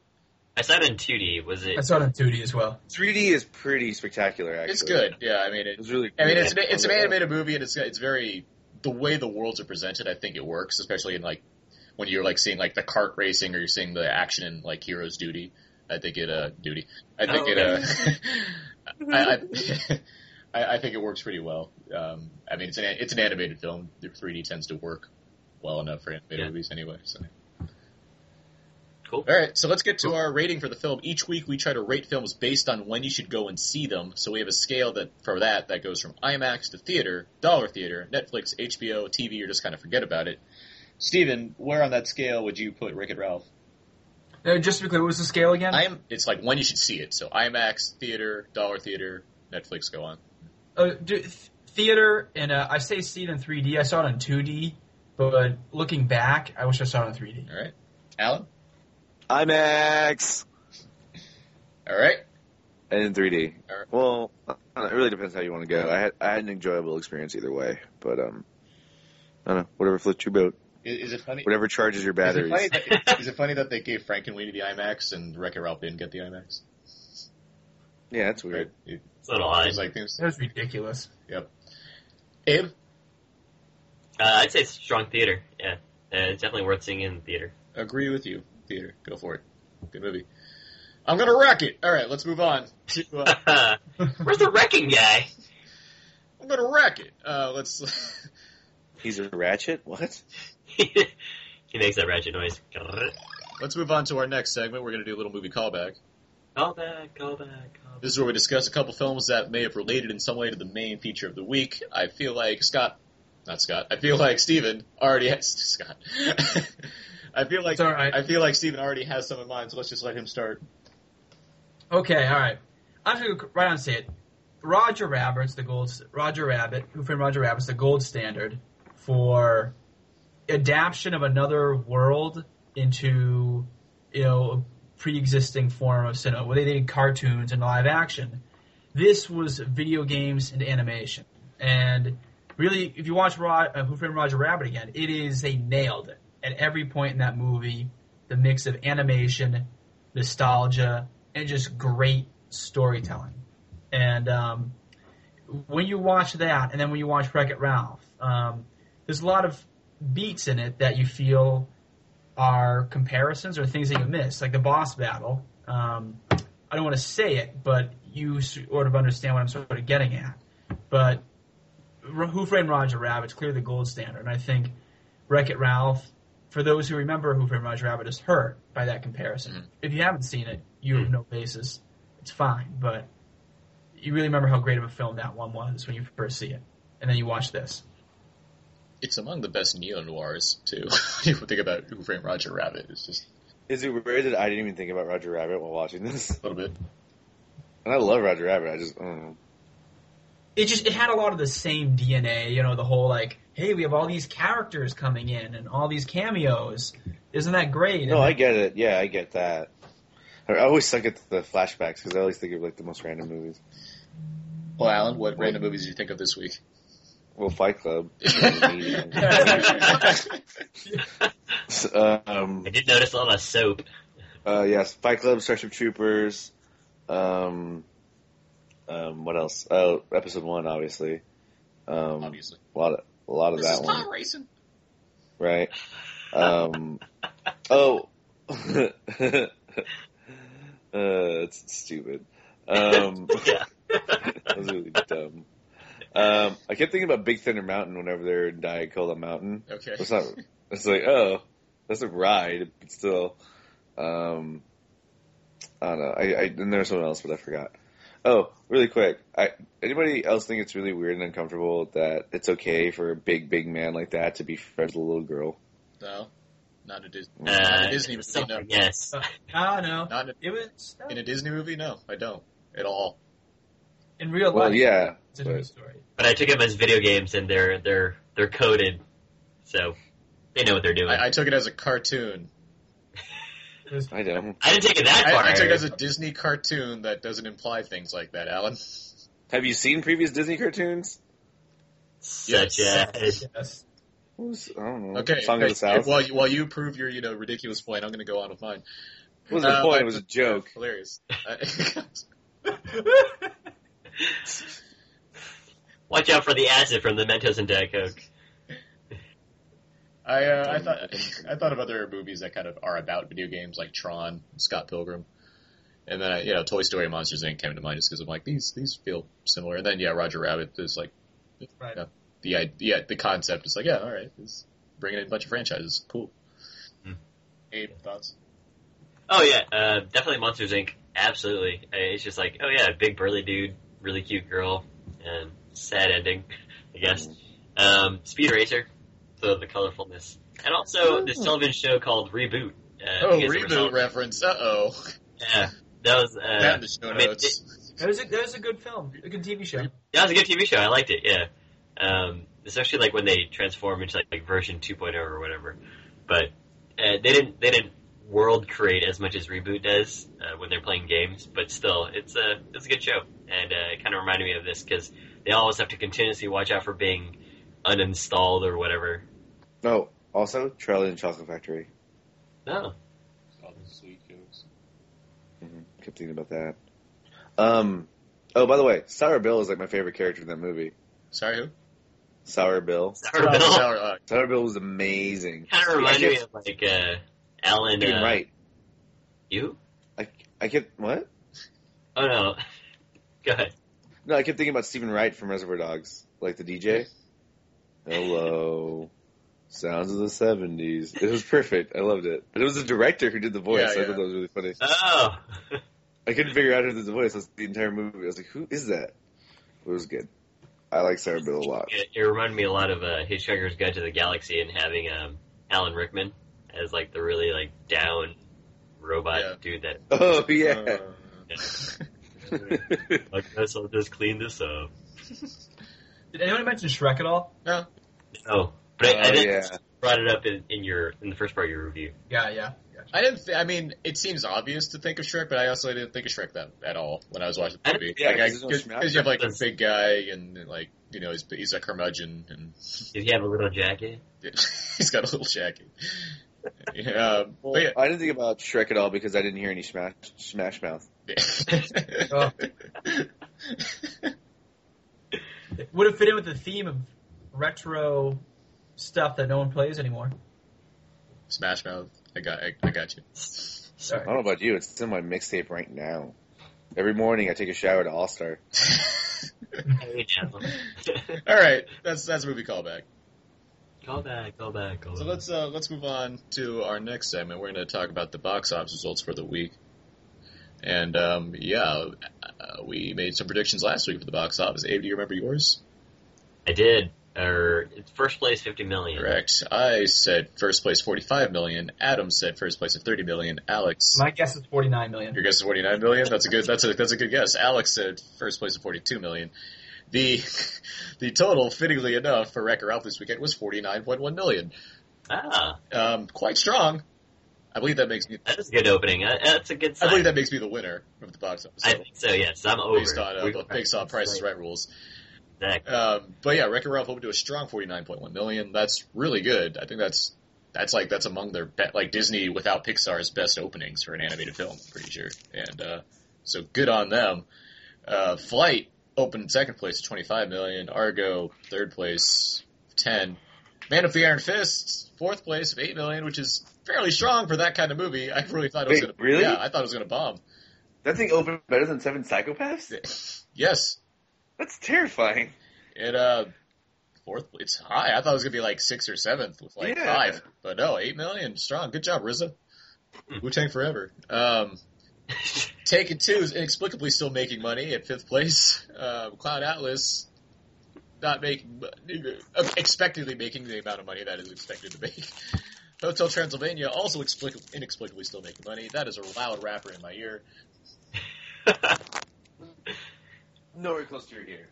I: I saw it in 2D. Was it?
J: I saw it in 2D as well.
C: 3D is pretty spectacular. Actually,
H: It's good. Yeah, I mean, it,
C: was really.
H: I mean, it's
C: cool.
H: an, it's an animated movie, and it's it's very the way the worlds are presented. I think it works, especially in like when you're like seeing like the kart racing or you're seeing the action in like Heroes Duty. I think it uh duty. I think
L: Oh,
H: it uh
L: okay.
H: I, I, I I think it works pretty well. Um, I mean, it's an it's an animated film. The 3D tends to work well enough for animated movies anyway. So. Cool. All right, so let's get to our rating for the film. Each week we try to rate films based on when you should go and see them. So we have a scale that for that that goes from IMAX to theater, dollar theater, Netflix, HBO, TV, or just kind of forget about it. Steven, where on that scale would you put Rick and Ralph?
J: No, Uh, just to be clear, what was the scale again?
H: I'm. It's like when you should see it. So IMAX, theater, dollar theater, Netflix, go on.
J: Uh, do, th- theater, and uh, I say see it in 3D. I saw it in 2D, but looking back, I wish I saw it in 3D.
H: All right. Alan?
C: IMAX.
H: All right.
C: And in 3D.
H: All right.
C: Well, I don't know, it really depends how you want to go. I had I had an enjoyable experience either way, but um, I don't know. Whatever floats your boat.
H: Is, is it funny?
C: Whatever charges your
H: Is it,
C: batteries.
H: funny that, is it funny that they gave Frankenweenie the IMAX and Wreck-It Ralph didn't get the IMAX?
C: Yeah, that's weird.
H: It,
I: It's a little odd.
H: it was like things.
J: That was ridiculous.
H: Yep. Abe?
I: Uh, I'd say strong theater. Yeah, uh, it's definitely worth seeing in the theater.
H: Agree with you. Theater, go for it. Good movie. I'm gonna wreck it. All right, let's move on. To, uh,
I: Where's the wrecking guy?
H: I'm gonna wreck it. Uh, let's.
C: He's a ratchet. What?
I: he makes that ratchet noise.
H: Let's move on to our next segment. We're going to do a little movie callback.
I: Callback, callback.
H: This is where we discuss a couple films that may have related in some way to the main feature of the week. I feel like Scott, not Scott, I feel like Steven already has Scott. I feel like I feel like Steven already has some in mind, so let's just let him start.
J: Okay, all right. I'm just going to right on and say it. Roger Rabbit's the gold. Roger Rabbit, Who Framed Roger Rabbit's the gold standard for adaption of another world into you know a pre-existing form of cinema. Where they did cartoons and live action. This was video games and animation, and really, if you watch Ro- uh, Who Framed Roger Rabbit again, it is they nailed it at every point in that movie. The mix of animation, nostalgia, and just great storytelling. And um, when you watch that, and then when you watch Wreck It Ralph, um, there's a lot of beats in it that you feel are comparisons or things that you miss, like the boss battle. Um, I don't want to say it, but you sort of understand what I'm sort of getting at. But R- Who Framed Roger Rabbit's clearly the gold standard, and I think Wreck It Ralph, for those who remember Who Framed Roger Rabbit, is hurt by that comparison. If you haven't seen it, you have no basis. It's fine, but you really remember how great of a film that one was when you first see it, and then you watch this.
H: It's among the best neo noirs too. you would think about Who Framed Roger Rabbit. It's just
C: Is it weird that I didn't even think about Roger Rabbit while watching this? A
H: little bit.
C: And I love Roger Rabbit. I just. I don't know.
J: It just it had a lot of the same DNA, you know, the whole like, hey, we have all these characters coming in and all these cameos. Isn't that great?
C: No, I get it. Yeah, I get that. I always suck at the flashbacks because I always think of like the most random movies.
H: Well, Alan, what random movies did you think of this week?
C: Well, Fight Club. um,
I: I did notice a lot of soap.
C: Uh, yes, Fight Club, Starship Troopers. Um, um, what else? Oh, Episode One, obviously. Um,
H: obviously,
C: a lot of a lot of
H: this
C: that
H: is
C: one,
H: pod racing.
C: right? Um, oh, uh, it's stupid. Um, that was really dumb. Um, I kept thinking about Big Thunder Mountain whenever they're in Diet Cola Mountain.
H: Okay.
C: It's not. It's like oh, that's a ride, but still. Um, I don't know. I, I and there was someone else, but I forgot. Oh, really quick. I anybody else think it's really weird and uncomfortable that it's okay for a big, big man like that to be friends with a little girl?
H: No, not a Disney.
C: Uh,
H: not a Disney movie. No.
I: Yes.
J: No, no.
H: Not in
J: it was
H: in a Disney movie. No, I don't at all.
J: In real
C: Well, life, yeah,
J: it's a different story.
I: But I took them as video games, and they're they're they're coded, so they know what they're doing.
H: I, I took it as a cartoon.
C: I don't.
I: I didn't take it that
H: I-
I: far.
H: I, took it as a Disney cartoon that doesn't imply things like that, Alan.
C: Mm-hmm. Have you seen previous Disney cartoons?
I: Such as
J: yes.
C: What was- I don't know.
H: Okay.
C: Song of the
H: hey,
C: South.
H: While you, while you prove your you know ridiculous point, I'm going to go on with mine.
C: It wasn't a
H: Uh,
C: point.
H: I-
C: It was a joke.
H: Hilarious. Uh,
I: watch out for the acid from the Mentos and Diet Coke.
H: I uh, I thought I thought of other movies that kind of are about video games, like Tron, Scott Pilgrim, and then I, you know Toy Story, and Monsters Inc. came to mind just because I'm like these these feel similar. And then yeah, Roger Rabbit is like
J: Right.
H: know, the idea, the concept is like yeah, all right, it's bringing in a bunch of franchises, cool. Abe, thoughts?
I: Oh yeah, uh, definitely Monsters Inc. Absolutely, Uh, it's just like oh yeah, big burly dude, really cute girl, and sad ending, I guess. Um, Speed Racer, so the colorfulness, and also this television show called Reboot.
H: Hmm.
I: Uh,
H: oh,
I: you guys ever saw
H: reboot
I: it?
H: reference. Uh oh,
I: Yeah, that was uh,
H: that in the show
I: I mean,
H: notes.
I: it-
J: That was a, that was a good film, a good TV show.
I: that was a good TV show. I liked it. Yeah, um, especially like when they transform into like, like version 2.0 or whatever. But uh, they didn't they didn't world create as much as reboot does uh, when they're playing games. But still, it's a it's a good show, and uh, it kind of reminded me of this because they always have to continuously watch out for being uninstalled or whatever.
C: No, also Charlie and the Chocolate Factory.
I: No,
H: sweet jokes.
C: hmm Kept thinking about that. Um. Oh, by the way, Sour Bill is like my favorite character in that movie.
H: Sorry, who?
C: Sour Bill.
I: Sour Bill.
H: Sour, uh,
C: Sour Bill was amazing.
I: kind of
C: I
I: reminded me
C: kept
I: of like uh, Alan.
C: thinking
I: Uh,
C: right.
I: You?
C: I I kept what?
I: Oh no. Go ahead.
C: No, I kept thinking about Stephen Wright from Reservoir Dogs, like the DJ. Hello. Sounds of the seventies. It was perfect. I loved it. But it was the director who did the voice.
H: Yeah,
C: I
H: yeah.
C: thought that was really funny.
I: Oh.
C: I couldn't figure out who did the voice. That's the entire movie. I was like, who is that? It was good. I like Sarah Bill a lot.
I: it, it reminded me a lot of uh, Hitchhiker's Guide to the Galaxy and having um, Alan Rickman as like the really like down robot
H: Yeah.
I: dude that
C: Oh
H: uh,
C: yeah.
I: like this I'll just clean this up.
J: Did anyone mention Shrek at all?
H: no.
I: Oh, but I, I
C: Oh,
I: think
C: yeah.
I: brought it up in, in your in the first part of your review.
J: Yeah, yeah.
H: I didn't. Th- I mean, it seems obvious to think of Shrek, but I also didn't think of Shrek that at all when I was watching the
I: I don't-
H: movie.
C: yeah,
H: Like, I-
C: 'cause there's no Shrek.
H: you have like a
I: That's-
H: big guy and like you know he's he's a curmudgeon and
I: Did he have a little jacket?
H: he's got a little jacket. Yeah, um,
C: Well,
H: but yeah.
C: I didn't think about Shrek at all because I didn't hear any Smash Smash Mouth.
J: Oh. Would have fit in with the theme of retro stuff that no one plays anymore.
H: Smash Mouth. I got. I, I got you.
C: I
J: Sorry.
C: don't know about you. It's in my mixtape right now. Every morning I take a shower to All Star.
I: Hey, now.
H: All right, that's that's a movie callback.
I: call back, call back, call
H: So
I: back.
H: let's uh, let's move on to our next segment. We're going to talk about the box office results for the week, and um, yeah, uh, we made some predictions last week for the box office. Abe, do you remember yours?
I: I did. Or first place fifty million.
H: Correct. I said first place forty-five million. Adam said first place of thirty million. Alex,
J: My guess is 49 million.
H: your guess is forty-nine million. That's a good. That's a that's a good guess. Alex said first place of forty-two million. The the total, fittingly enough, for Wreck-It Ralph this weekend was forty-nine point one million.
I: Ah,
H: Um, quite strong. I believe that makes me.
I: that is a good opening. Uh, That's a good sign.
H: I believe that makes me the winner of the box office.
I: I think so. Yes, I'm over.
H: based on
I: We've-
H: uh, based on Price is Right rules.
I: Exactly.
H: Um, but yeah, Wreck-It Ralph opened to a strong 49.1 million. That's really good. I think that's that's like that's among their be- like Disney without Pixar's best openings for an animated film. I'm pretty sure, and uh, so good on them. Uh, Flight opened in second place at 25 million. Argo third place 10. Man of the Iron Fist fourth place of 8 million, which is fairly strong for that kind of movie. I really thought it was
C: Wait,
H: gonna
C: really?
H: yeah, I thought it was gonna bomb.
C: That thing opened better than Seven Psychopaths.
H: Yes,
C: That's terrifying.
H: It uh fourth it's high. I thought it was gonna be like sixth or seventh with like
C: Yeah.
H: five. But no, eight million strong. Good job, RZA. Wu Tang Forever. Um Taken Two is inexplicably still making money at fifth place. Um, Cloud Atlas not making uh, expectedly making the amount of money that is expected to make. Hotel Transylvania also explicably, inexplicably still making money. That is a loud rapper in my ear.
C: Nowhere close to your ear.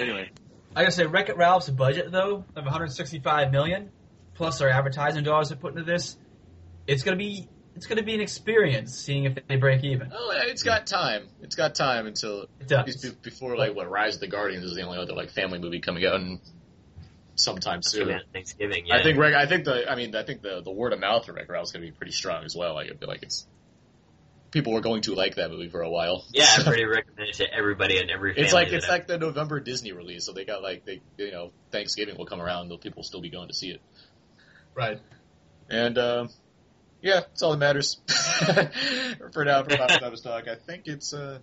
C: Anyway,
J: I gotta say, Wreck It Ralph's budget though of 165 million, plus our advertising dollars they put into this, it's gonna be it's gonna be an experience seeing if they break even.
H: Oh, it's got time. It's got time until
J: It does.
H: It's be- before like what Rise of the Guardians is the only other like family movie coming out in sometime soon.
I: Thanksgiving, Thanksgiving. Yeah.
H: I think reg- I think the I mean I think the, the word of mouth for Wreck-It Ralph is going to be pretty strong as well. Like I feel like it's people were going to like that movie for a while.
I: Yeah, I pretty recommend it to everybody and every. Family
H: it's like
I: that
H: it's
I: I-
H: like the November Disney release, so they got like they you know Thanksgiving will come around, though people will still be going to see it. Right. And um, yeah, that's all that matters. for now, for Papa Papa's Dog, I think it's uh,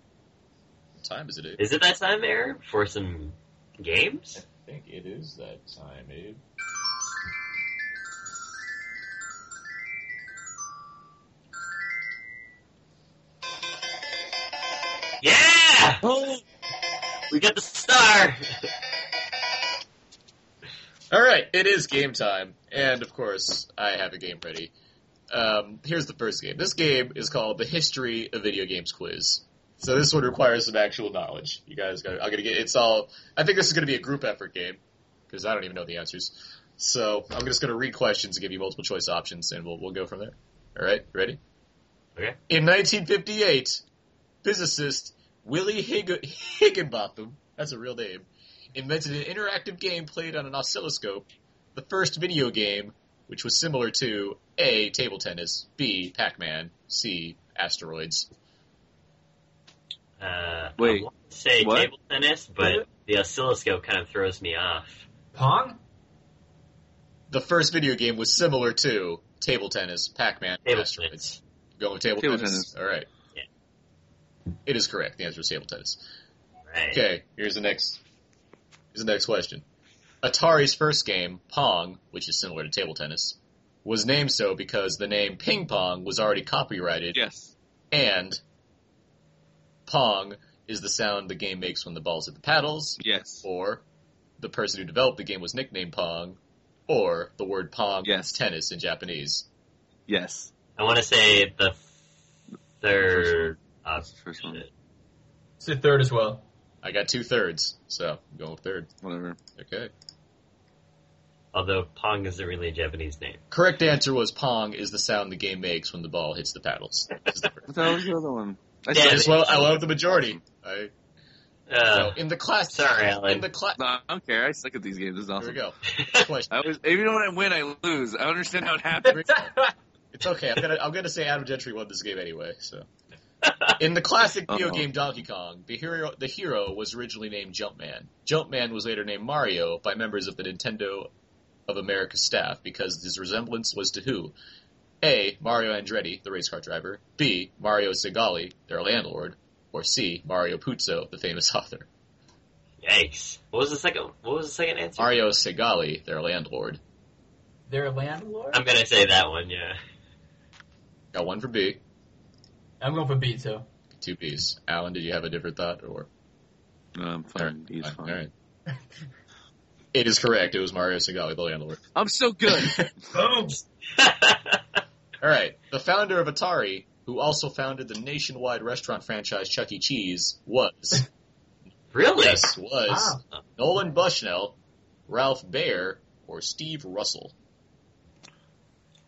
H: what time is it?
I: Is it that time, Aaron, for some games?
H: I think it is that time, Abe.
I: Yeah! We got the star!
H: All right, it is game time, and of course, I have a game ready. Um, here's the first game. This game is called the History of Video Games Quiz. So this one requires some actual knowledge. You guys got. I'm gonna get. It's all. I think this is gonna be a group effort game because I don't even know the answers. So I'm just gonna read questions and give you multiple choice options, and we'll we'll go from there. All right, ready?
I: Okay.
H: In 1958, physicist Willie Hig- Higginbotham. That's a real name invented an interactive game played on an oscilloscope, the first video game, which was similar to A. Table tennis, B. Pac Man, C. Asteroids.
I: Uh,
C: Wait,
I: I want to say
C: what?
I: table tennis, but the oscilloscope kind of throws me off.
J: Pong?
H: The first video game was similar to Table tennis, Pac Man,
I: Table
H: Asteroids. Going with Table,
C: Table
H: tennis.
C: tennis.
H: All right.
I: Yeah.
H: It is correct. The answer is Table tennis.
I: Right.
H: Okay, here's the next. Here's the next question. Atari's first game, Pong, which is similar to table tennis, was named so because the name Ping Pong was already copyrighted,
C: Yes.
H: and Pong is the sound the game makes when the balls hit the paddles,
C: Yes.
H: or the person who developed the game was nicknamed Pong, or the word Pong
C: Yes.
H: is tennis in Japanese.
C: Yes.
I: I want to say the third
C: That's the first one.
I: option.
J: It's the third as well.
H: I got two thirds, so I'm going with third.
C: Whatever.
H: Okay.
I: Although Pong isn't really a Japanese name.
H: Correct answer was Pong is the sound the game makes when the ball hits the paddles. This is the correct
C: What the hell was the other one? I
I: Yeah,
H: I
C: said-
H: just love, I love the majority. I,
I: Uh,
H: so in the class,
I: sorry, Alan.
H: In the class,
C: No, I don't care. I suck at these games. This is
H: here we
C: awesome.
H: go. Question.
C: I always, even when I win, I lose. I don't understand how it happens.
H: It's okay. I'm gonna I'm gonna say Adam Gentry won this game anyway. So, in the classic video
C: Uh-oh.
H: game Donkey Kong, the hero the hero was originally named Jumpman. Jumpman was later named Mario by members of the Nintendo of America staff because his resemblance was to who? A. Mario Andretti, the race car driver. B. Mario Segali, their landlord. Or C. Mario Puzo, the famous author.
I: yikes. What was the second? What was the second answer?
H: Mario Segali, their landlord.
J: Their landlord?
I: I'm gonna say that one. Yeah.
H: Got one for B,
J: I'm going for B too.
H: two Bs. Alan, did you have a different thought or?
C: No, I'm fine. He's
H: All
C: fine.
H: right. It is correct. It was Mario Segali, the landlord.
C: I'm so good.
J: Boom!
H: All right. The founder of Atari, who also founded the nationwide restaurant franchise Chuck E. Cheese, was
I: really?
H: yes, was
C: Ah.
I: Wow.
H: Nolan Bushnell, Ralph Baer, or Steve Russell.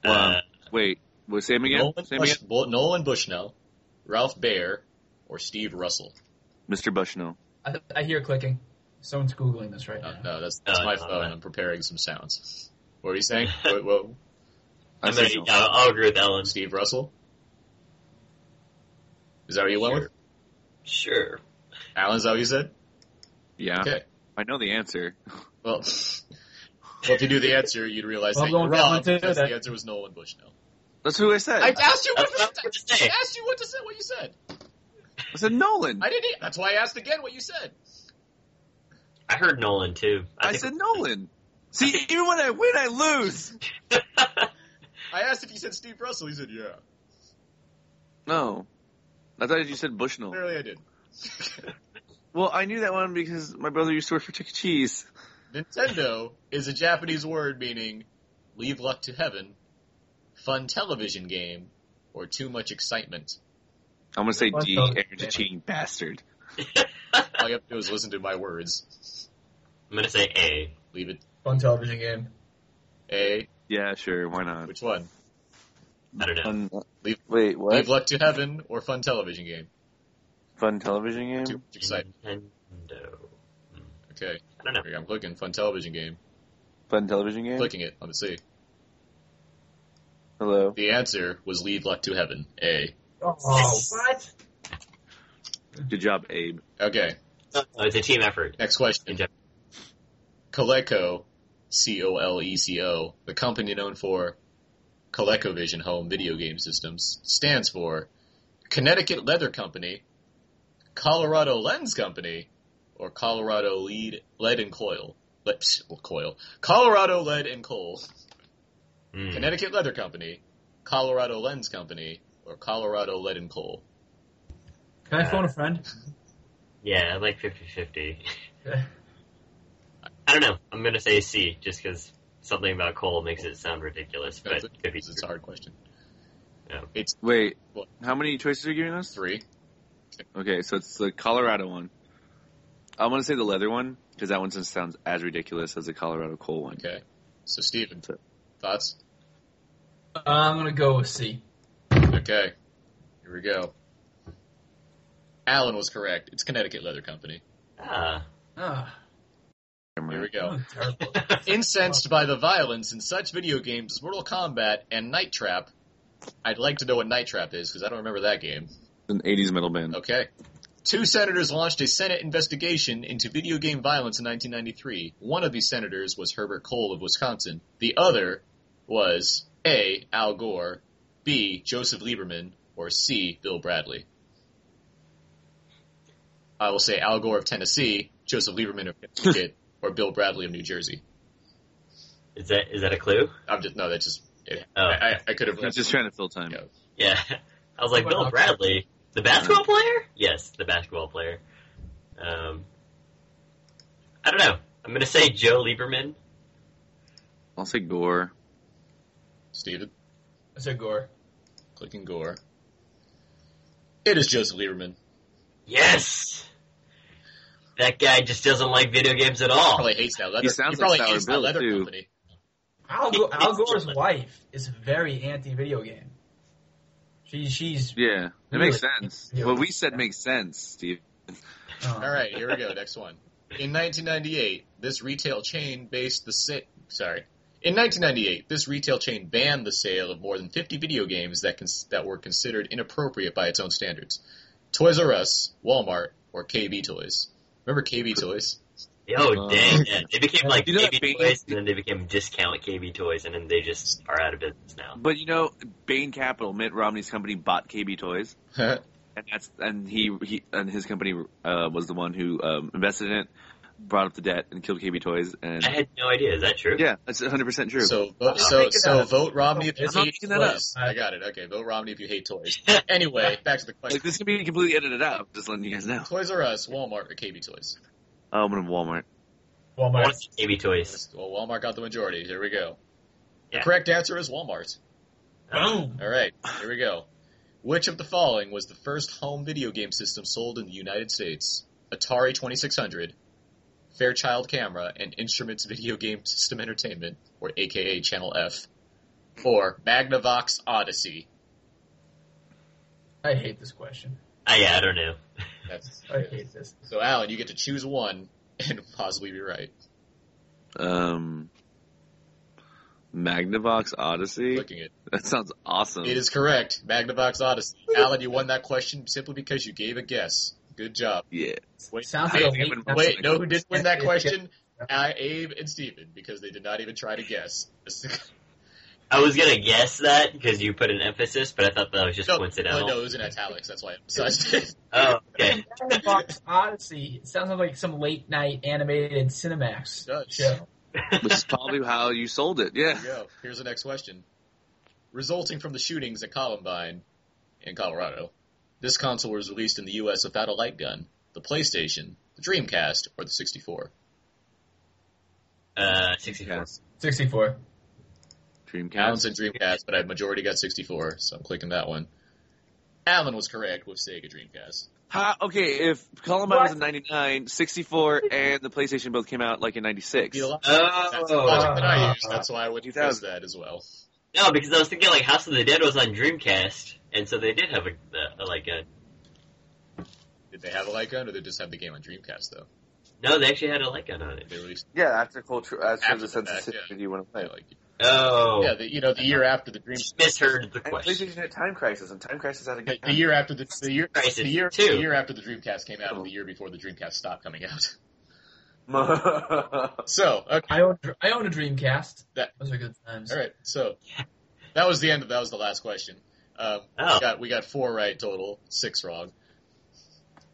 I: Uh,
C: Wow. Wait, was Sam again?
H: Nolan,
C: Sam
H: Bush-
C: again?
H: Bu- Nolan Bushnell, Ralph Baer, or Steve Russell.
C: Mr. Bushnell.
J: I, I hear clicking. Someone's googling this right
H: No,
J: now.
H: no Uh, that's, that's
I: No,
H: my
I: no,
H: phone.
I: no.
H: I'm preparing some sounds. What are you saying? what, what,
I: I'm
C: said
I: gonna.
C: no.
I: yeah, I'll, I'll agree with Ellen.
H: Steve Russell? Is that what you went
I: Sure.
H: with?
I: Sure.
H: Alan, is that what you said?
C: Yeah.
H: Okay.
C: I know the answer.
H: Well, well, if you knew the answer, you'd realize
J: Well,
H: that
J: I'm
H: you're
J: going with
H: wrong
J: that one too,
H: because
J: then.
H: the answer was Nolan Bushnell.
C: That's who I said.
H: I
C: I,
H: asked you what,
I: That's what I was gonna
H: I
I: say.
H: asked you what to say. What you said?
C: said Nolan.
H: I
C: I,
H: didn't. e- That's why I asked again what you said.
I: I heard Nolan too. think-
C: said Nolan. See, even when I win, I lose.
H: I asked if you said Steve Russell. He said, "Yeah."
C: No. I thought you said Bushnell.
H: Clearly, I did.
C: Well, I knew that one because my brother used to work for Chuck E. Cheese.
H: Nintendo is a Japanese word meaning "leave luck to heaven," "fun television game," or "too much excitement."
C: I'm gonna say
J: What
C: D.
J: the-
C: Aaron's a cheating bastard.
H: All you have to do is listen to my words.
I: I'm gonna say A.
H: Leave it.
J: Fun television game.
H: A.
C: Yeah, sure. Why not?
H: Which one?
I: I don't know.
C: Fun,
H: Leave-
C: wait, what?
H: Leave luck to heaven or fun television game?
C: Fun television game?
H: Too much excitement.
I: Nintendo.
H: Okay.
I: I don't know.
H: Here, I'm clicking fun television game.
C: Fun television game?
H: Clicking it. Let me see.
C: Hello.
H: The answer was Leave Luck to Heaven. A.
J: Oh,
I: Yes.
J: what?
C: Good job, Abe.
H: Okay.
I: Oh, it's a team effort.
H: Next question.
I: Okay.
H: Coleco C O L E C O, the company known for ColecoVision home video game systems, stands for Connecticut Leather Company, Colorado Lens Company, or Colorado Lead Lead and Coil. Le- psh, well, coil. Colorado Lead and Coal.
I: Hmm.
H: Connecticut Leather Company, Colorado Lens Company, or Colorado Lead and Coal.
J: Can I phone a friend?
I: Yeah, I like 50-50. I don't know. I'm gonna say C, just because something about coal makes it sound ridiculous. But it's,
H: a hard question.
I: Yeah.
H: It's
C: wait. How many choices are you giving us?
H: Three.
C: Okay, so it's the Colorado one. I want to say the leather one because that one just sounds as ridiculous as the Colorado coal one.
H: Okay. So Steven, thoughts?
J: Uh, I'm gonna go with C.
H: Okay. Here we go. Alan was correct. It's Connecticut Leather Company.
I: Ah.
J: Ah.
H: Here we go.
J: terrible.
H: Incensed by the violence in such video games as Mortal Kombat and Night Trap, I'd like to know what Night Trap is because I don't remember that game.
C: An '80s metal band.
H: Okay. Two senators launched a Senate investigation into video game violence in 1993. One of these senators was Herbert Cole of Wisconsin. The other was A. Al Gore, B. Joseph Lieberman, or C. Bill Bradley. I will say Al Gore of Tennessee, Joseph Lieberman of Connecticut, or Bill Bradley of New Jersey.
I: Is that is that a clue?
H: I'm just no, that's just it,
I: Oh.
H: I, I, I could have.
C: I'm just trying to fill time.
I: Yeah. I was like
H: What
I: Bill
H: about-
I: Bradley, the basketball player. Yes, the basketball player. Um, I don't know. I'm gonna say Joe Lieberman.
C: I'll say Gore.
H: Steven.
J: I said Gore.
H: Clicking Gore. It is Joseph Lieberman.
I: Yes. That guy just doesn't like video games at all.
H: Probably hates that leather.
I: He sounds
H: probably
I: like Sour
H: hates that
I: Bill,
H: leather
I: too.
H: company.
J: Al, Go- Al Gore's wife is very anti-video game. She, she's
C: Yeah, it
J: Really?
C: makes sense.
J: Yeah.
C: What we said makes sense, Steve.
J: uh,
H: All right, here we go. Next one. In 1998, this retail chain based the sa- sorry. In 1998, this retail chain banned the sale of more than 50 video games that cons- that were considered inappropriate by its own standards. Toys R Us, Walmart, or KB Toys. Remember KB Toys?
I: Oh
H: Uh,
I: dang! Yeah. They became like
C: You know that
I: KB
C: Bane-
I: toys, and then they became discount KB toys, and then they just are out of business now.
C: But you know, Bain Capital, Mitt Romney's company, bought KB Toys, and that's and he, he and his company uh, was the one who um, invested in it, brought up the debt, and killed KB Toys. And
I: I had no idea. Is that true?
C: yeah, that's 100 percent true.
H: So,
I: I'm
H: vote,
I: not
H: so,
I: making that
H: so
I: up.
H: vote Romney if you
C: I'm not
H: hate
C: making that up.
H: toys. I got it. Okay, vote Romney if you hate toys. Anyway, back to the question.
C: like this can be completely edited out. Just letting you guys know.
H: Toys R Us, Walmart, or KB Toys?
C: Oh, I'm in Walmart.
I: I
J: Walmart.
I: want to see KB toys.
H: Well, Walmart got the majority. Here we go.
I: Yeah.
H: The correct answer is Walmart.
I: Uh,
J: Boom.
H: All right, here we go. Which of the following was the first home video game system sold in the United States? Atari 2600, Fairchild Camera and Instruments Video Game System Entertainment, or AKA Channel F, or Magnavox Odyssey.
J: I hate this question.
I: Ah, yeah, I don't know.
H: That's,
J: I hate this.
H: so, Alan, you get to choose one and possibly be right.
C: Um, Magnavox Odyssey.
H: Clicking it.
C: That sounds awesome.
H: It is correct. Magnavox Odyssey. Alan, you won that question simply because you gave a guess. Good job.
C: Yeah.
H: Wait,
J: Sounds
C: I
J: like a
C: think
J: weak
C: I'm gonna-
J: question.
H: Wait, no, who didn't win that question? I, Abe and Steven, because they did not even try to guess.
I: I was gonna guess that because you put an emphasis, but I thought that was just
H: no,
I: coincidental.
H: well, no, it was in italics, that's why I emphasized it.
I: Oh, okay.
J: Magnavox Odyssey it sounds like some late night animated Cinemax
H: Does.
J: show.
C: Which is probably how you sold it. Yeah.
H: Here we go. Here's the next question. Resulting from the shootings at Columbine in Colorado, this console was released in the U.S. without a light gun, the PlayStation, the Dreamcast, or the 64.
I: Uh, 64.
C: Yes.
J: 64.
C: Dreamcast.
H: Alan said Dreamcast, but I majority got 64, so I'm clicking that one. Alan was correct with Sega Dreamcast.
C: How, okay, if Columbine was
J: What?
C: in 99, 64, and the PlayStation both came out like in 96.
H: The logic,
I: Oh.
H: that's the logic that I use. That's why I would use
C: 2000.
H: that as well.
I: No, because I was thinking like House of the Dead was on Dreamcast, and so they did have a, a, a like a.
H: Did they have a light gun, or they just have the game on Dreamcast though?
I: No, they actually had a light gun on it.
H: They released
C: Yeah, after culture, after,
H: After the fact,
C: you want to
H: yeah, like
I: Oh,
H: yeah, the, you know, the year after the Dream,
I: misheard the
C: And
I: question.
C: had Time Crisis, and Time Crisis had a
H: the the year after the, the year
I: Crisis
H: the year
I: two.
H: the year after the Dreamcast came out, and the year before the Dreamcast stopped coming out.
C: Oh.
H: so okay.
J: I own I own a Dreamcast.
H: That,
J: Those are good times.
H: all right, so that was the end. of That was the last question. Um,
I: Oh.
H: we got we got four right total, six wrong.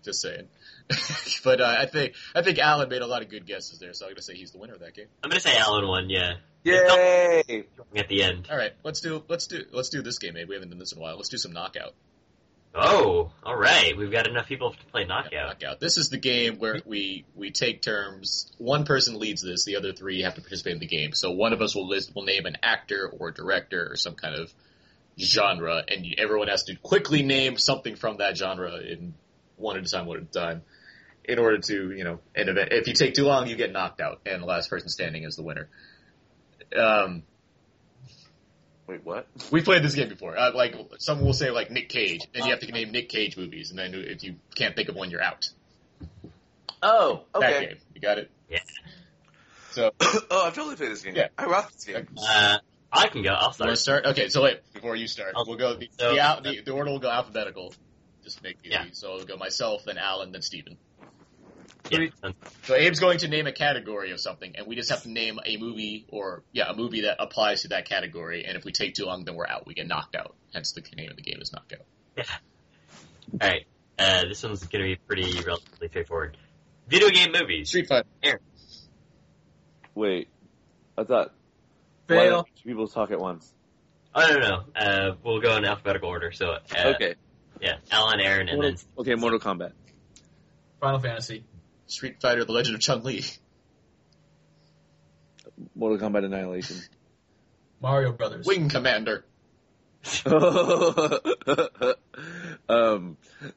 H: Just saying. but uh, I think I think Alan made a lot of good guesses there, so I'm going to say he's the winner of that game.
I: I'm gonna say Alan won. Yeah,
C: Yay!
I: at the end.
H: All right, let's do let's do let's do this game, Abe. We haven't done this in a while. Let's do some knockout.
I: Oh, all right. We've got enough people to play knockout.
H: knockout. This is the game where we we take turns. One person leads this; the other three have to participate in the game. So one of us will list, will name an actor or director or some kind of genre, and you- everyone has to quickly name something from that genre in one at a time, one at a time, in order to you know an event. If you take too long, you get knocked out, and the last person standing is the winner. Um,
C: Wait, what?
H: we played this game before. Uh, like someone will say like Nick Cage, and you have to name Nick Cage movies, and then if you can't think of one, you're out.
C: Oh,
H: That game, you got it.
I: Yeah.
H: So
C: oh, I've totally played this game.
H: Yeah.
C: I rock this game.
I: Uh, I can go.
H: you
I: I'll
H: want to
I: start.
H: start? Okay, so wait before you start,
I: I'll-
H: we'll go the,
I: so-
H: the, al- the the order will go alphabetical. Just to make it
I: Yeah.
H: easy. So it'll go myself, then Alan, then Steven.
I: Yeah.
H: So Abe's going to name a category of something, and we just have to name a movie or yeah, a movie that applies to that category. And if we take too long, then we're out. We get knocked out. Hence the name of the game is knockout.
I: All right. Uh, this one's gonna be pretty relatively straightforward. Video game movies.
H: Street Fighter.
C: Wait, I thought why
J: Fail.
C: don't two people talk at once?
I: Oh no no. no. Uh, we'll go in alphabetical order. So uh,
C: okay,
I: Yeah, Alan, Aaron, and then
C: Mortal, okay, Mortal Kombat.
J: Final Fantasy.
H: Street Fighter: The Legend of Chun Li.
C: Mortal Kombat Annihilation.
J: Mario Brothers.
H: Wing Commander.
C: um,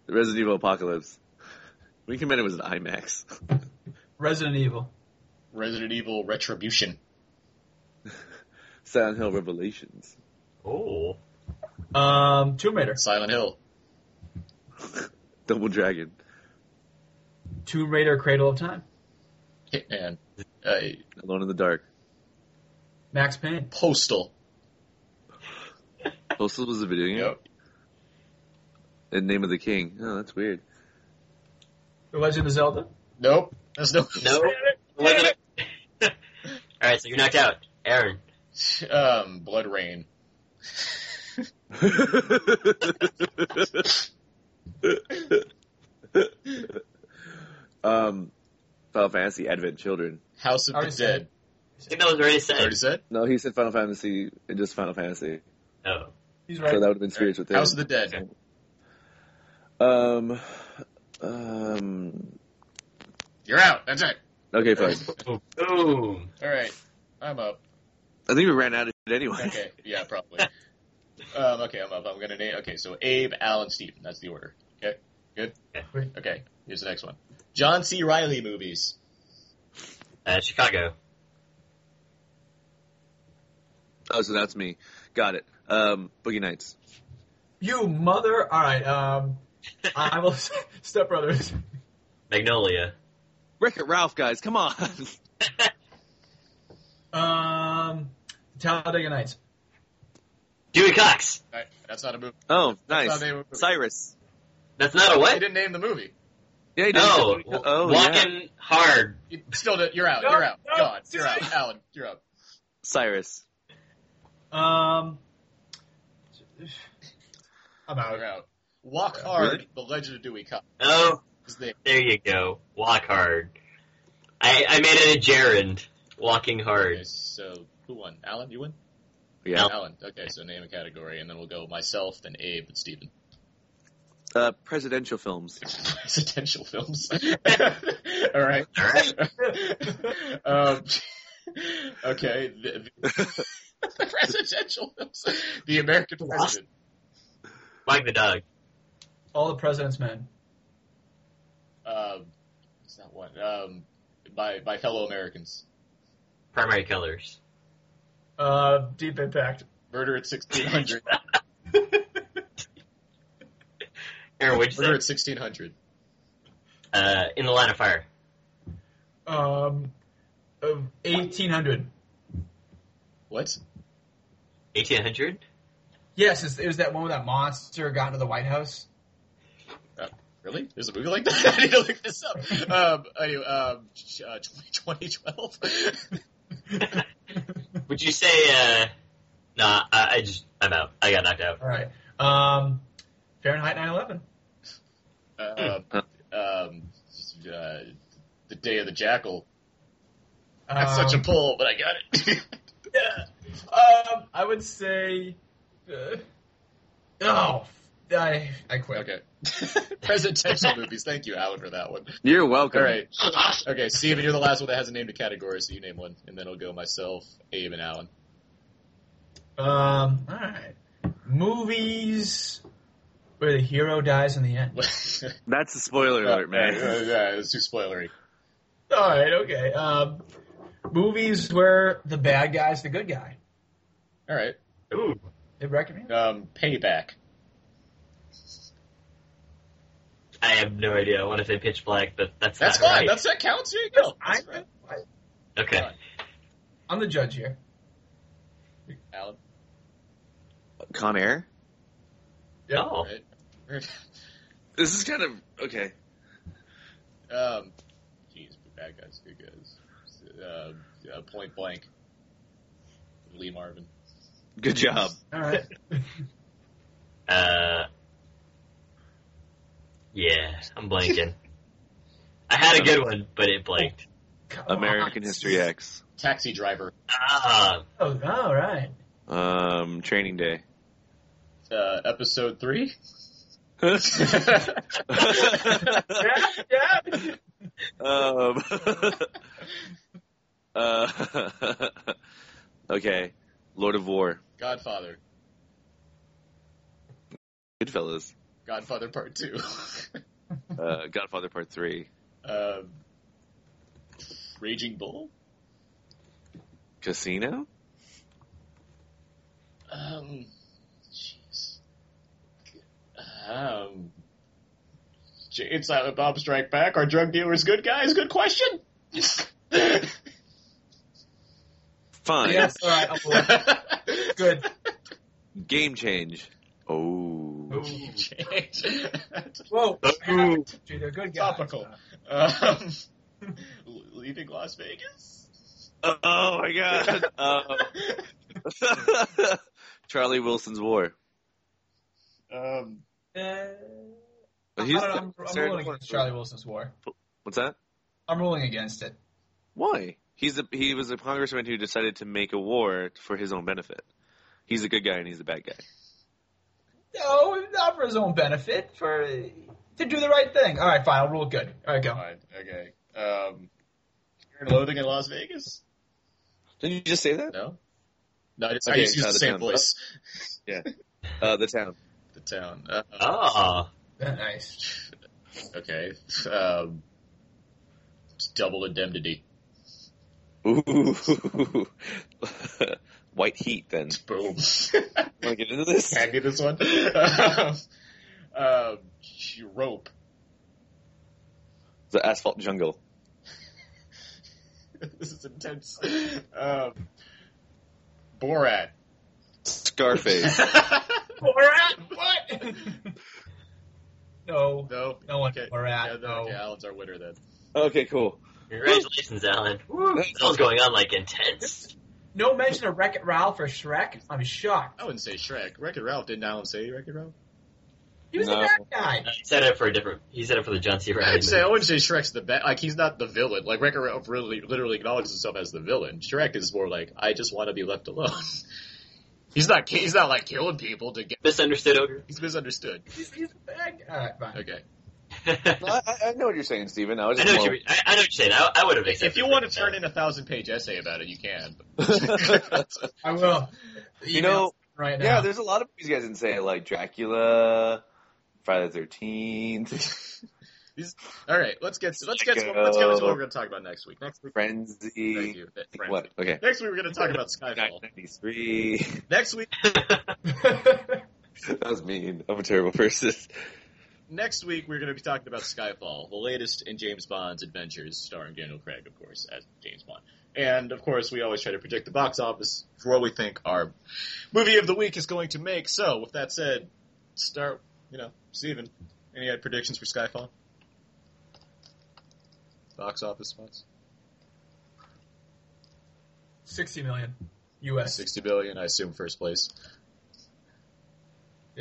C: Resident Evil Apocalypse. We Commander was an IMAX.
J: Resident Evil.
H: Resident Evil Retribution.
C: Silent Hill Revelations.
I: oh,
J: Um, Tomb Raider.
H: Silent Hill.
C: Double Dragon.
J: Tomb Raider. Cradle of Time.
H: Hitman. Uh,
C: Alone in the Dark.
J: Max Payne.
H: Postal.
C: Postal was a video game.
H: Yep.
C: And Name of the King. Oh, that's weird.
J: The Legend of Zelda.
H: Nope. That's no.
I: no. All right, so you're knocked out, Aaron.
H: Um, Blood Rain.
C: um, Final Fantasy Advent Children.
H: House of
J: Already
H: the
J: said.
H: Dead.
I: I think that was already said.
H: Already said.
C: No, he said Final Fantasy, and just Final Fantasy.
I: Oh,
J: He's
C: So
J: right.
C: that would have been spirits within.
H: House of the Dead.
C: Um, um,
H: You're out. That's it.
C: okay, fine.
I: Oh. boom.
H: All right. I'm up.
C: I think we ran out of shit anyway.
H: Okay. Yeah, probably. um, okay, I'm up. I'm gonna name. Okay, so Abe, Alan, Steven. That's the order. Okay. Good.
J: Great.
H: Okay. Here's the next one. John C. Riley movies.
I: Uh, Chicago.
C: Oh, so that's me. Got it. Um, Boogie Nights.
J: You mother. All right. Um, I will. Step Brothers.
I: Magnolia.
C: Wreck It Ralph, guys, come on.
J: Um, Talladega Nights.
I: Dewey Cox.
H: All right, that's not a movie.
C: Oh,
H: how
C: nice.
H: they were-
C: Cyrus.
I: That's not a
H: They
I: what?
H: didn't name the movie.
C: Yeah, he did.
I: No.
C: Oh, yeah.
I: Walking hard.
H: You, still, did- you're out.
J: No,
H: you're out.
J: no,
H: God, you're
J: Steven.
H: out. Alan, you're out.
C: Cyrus.
J: Um, I'm out.
H: You're out. Walk Hard: The Legend of Dewey Cox.
I: Oh,
H: is the-
I: there you go. Walk hard. I, I made it a gerund. Walking
H: Okay,
I: hard.
H: so who won? Alan, you win.
C: Yeah.
H: Alan. Okay, so name a category, and then we'll go myself, then Abe, and Steven.
C: Uh, presidential films.
H: Presidential films. All right.
I: All right.
H: um, okay. The, the presidential films. The American president.
I: Mike the dog.
J: All the President's Men.
H: Um, it's not one. Um, my my fellow Americans.
I: Primary colors.
J: Uh, Deep Impact.
H: Murder at sixteen hundred.
I: Aaron, what'd you
H: Murder
I: say?
H: at sixteen hundred.
I: Uh, in the line of fire.
J: Um, of 1800.
H: What?
I: 1800?
J: Yes, it's, it was that one where that monster got into the White House.
H: Really? There's a movie like that? I need to look this up. Um, anyway, um, sh- uh, 2012?
I: Would you say? uh Nah, I, I just I'm out. I got knocked out.
J: All right. Um, Fahrenheit 9/11.
H: uh, um, uh, the Day of the Jackal. That's such a
J: Um,
H: pull, but I got it.
J: Um, I would say. Uh, oh, I I quit.
H: Okay. Presidential movies. Thank you, Alan, for that one.
C: You're welcome.
H: All right. Okay, Steven, you're the last one that hasn't named a category, so you name one, and then I'll go myself, Abe, and Alan.
J: Um, all right. Movies where the hero dies in the end.
C: That's a spoiler alert, man.
H: Uh, yeah, it's too spoilery.
J: All right, okay. Um, movies where the bad guy's the good guy.
H: All right.
I: Ooh.
J: They recommend.
H: Um, payback.
I: I have no idea. I want to say pitch black, but that's
H: That's
I: not
H: fine.
I: right.
H: That's that counts. Here you go. That's
J: I-
H: right.
I: okay.
J: I'm the judge here.
H: Alan.
C: Con Air?
H: Yeah.
I: Oh.
H: Right.
C: This is kind of okay.
H: um, jeez, bad guys, good guys. Uh, yeah, point blank. Lee Marvin.
C: Good job.
J: All right.
I: Uh, yeah, I'm blanking. I had a good one, but it blanked.
J: Come on.
C: American History X.
H: Taxi driver.
I: Ah,
J: Oh, all right.
C: Um, Training Day.
H: Uh, episode three.
J: Yeah, yeah.
C: um, uh, okay. Lord of War.
H: Godfather.
C: Goodfellas.
H: Godfather Part Two.
C: Uh, Godfather Part 3.
H: um, Raging Bull.
C: Casino?
H: Um, jeez. Um, J- and Silent Bob Strike Back. Are drug dealers good guys? Good question.
C: Fine.
J: Yes, all right. I'll go. Good.
C: Game Change. Oh.
H: Change.
J: Whoa.
I: Ooh.
J: They're good guys. Uh,
H: Topical. Um, leaving Las Vegas.
C: Oh, my god. Um, Charlie Wilson's War.
H: Um,
J: Uh,
C: But
J: I
C: he's-
J: don't know, I'm, I'm
C: Sarah
J: ruling
C: Norton.
J: against Charlie Wilson's War.
C: What's that?
J: I'm ruling against it.
C: Why? He's a, he was a congressman who decided to make a war for his own benefit. He's a good guy and he's a bad guy.
J: No, not for his own benefit, for to do the right thing. All right, fine. I'll rule good. All right, go.
H: fine. Okay. Um, Fear and Loathing in Las Vegas.
C: Didn't you just say that?
H: No. No, I just, I
C: Okay,
H: just used
C: uh,
H: the
C: the
H: same
C: town.
H: voice.
C: Uh, the town.
H: The town. Uh,
I: oh,
J: Eh, Nice.
H: Okay. Um, double indemnity.
C: Ooh. White heat. Then
H: Boom.
C: want to get into this?
H: Can I do this one? um, um, rope.
C: The asphalt jungle.
H: This is intense. Um, Borat.
C: Scarface.
J: Borat, what? no,
H: no.
J: no one.
H: Okay.
J: Borat,
H: Yeah, no,
J: no.
H: okay, Alan's our winner then.
C: okay, cool.
I: congratulations, Alan. Woo. Sounds going on like intense.
J: No mention of Wreck-It Ralph or Shrek. I'm shocked.
H: I wouldn't say Shrek. Wreck It Ralph. Didn't Alan say Wreck It Ralph?
J: He was
C: No.
J: a bad guy.
I: He said it for a different. He said it for the John C.
H: I'd
I: Riley.
H: say, I wouldn't say Shrek's the best. Like, he's not the villain. Like, Wreck It Ralph really, literally acknowledges himself as the villain. Shrek is more like, I just want to be left alone. he's not, ki- he's not like killing people to get.
I: Misunderstood ogre.
H: He's misunderstood.
J: He's, he's a bad guy. All right, fine.
H: Okay.
C: No, I, I- I know what you're saying, Steven. I was
I: I
C: just
I: know what
C: more-
I: you. mean. I, I know what you're saying. I, I would have accepted.
H: If you
I: it.
H: want to turn in a thousand page essay about it, you can.
J: I will.
C: You know,
J: right now.
C: yeah, there's a lot of movies you guys didn't say, like Dracula, Friday the 13th,
H: All right, let's get let's get to, let's get into what we're going to talk about next week. Next week, thank
C: Frenzy.
H: you. Friends.
C: What? Okay.
H: Next week we're going to talk about Skyfall.
C: 1993.
H: Next week,
C: that was mean. I'm a terrible person.
H: next week we're going to be talking about Skyfall, the latest in James Bond's adventures, starring Daniel Craig, of course, as James Bond. And of course, we always try to predict the box office for what we think our movie of the week is going to make. So, with that said, start. You know, Steven, Any uh, predictions for Skyfall? Box office spots.
J: Sixty million U.S.
H: Sixty billion, I assume, first place.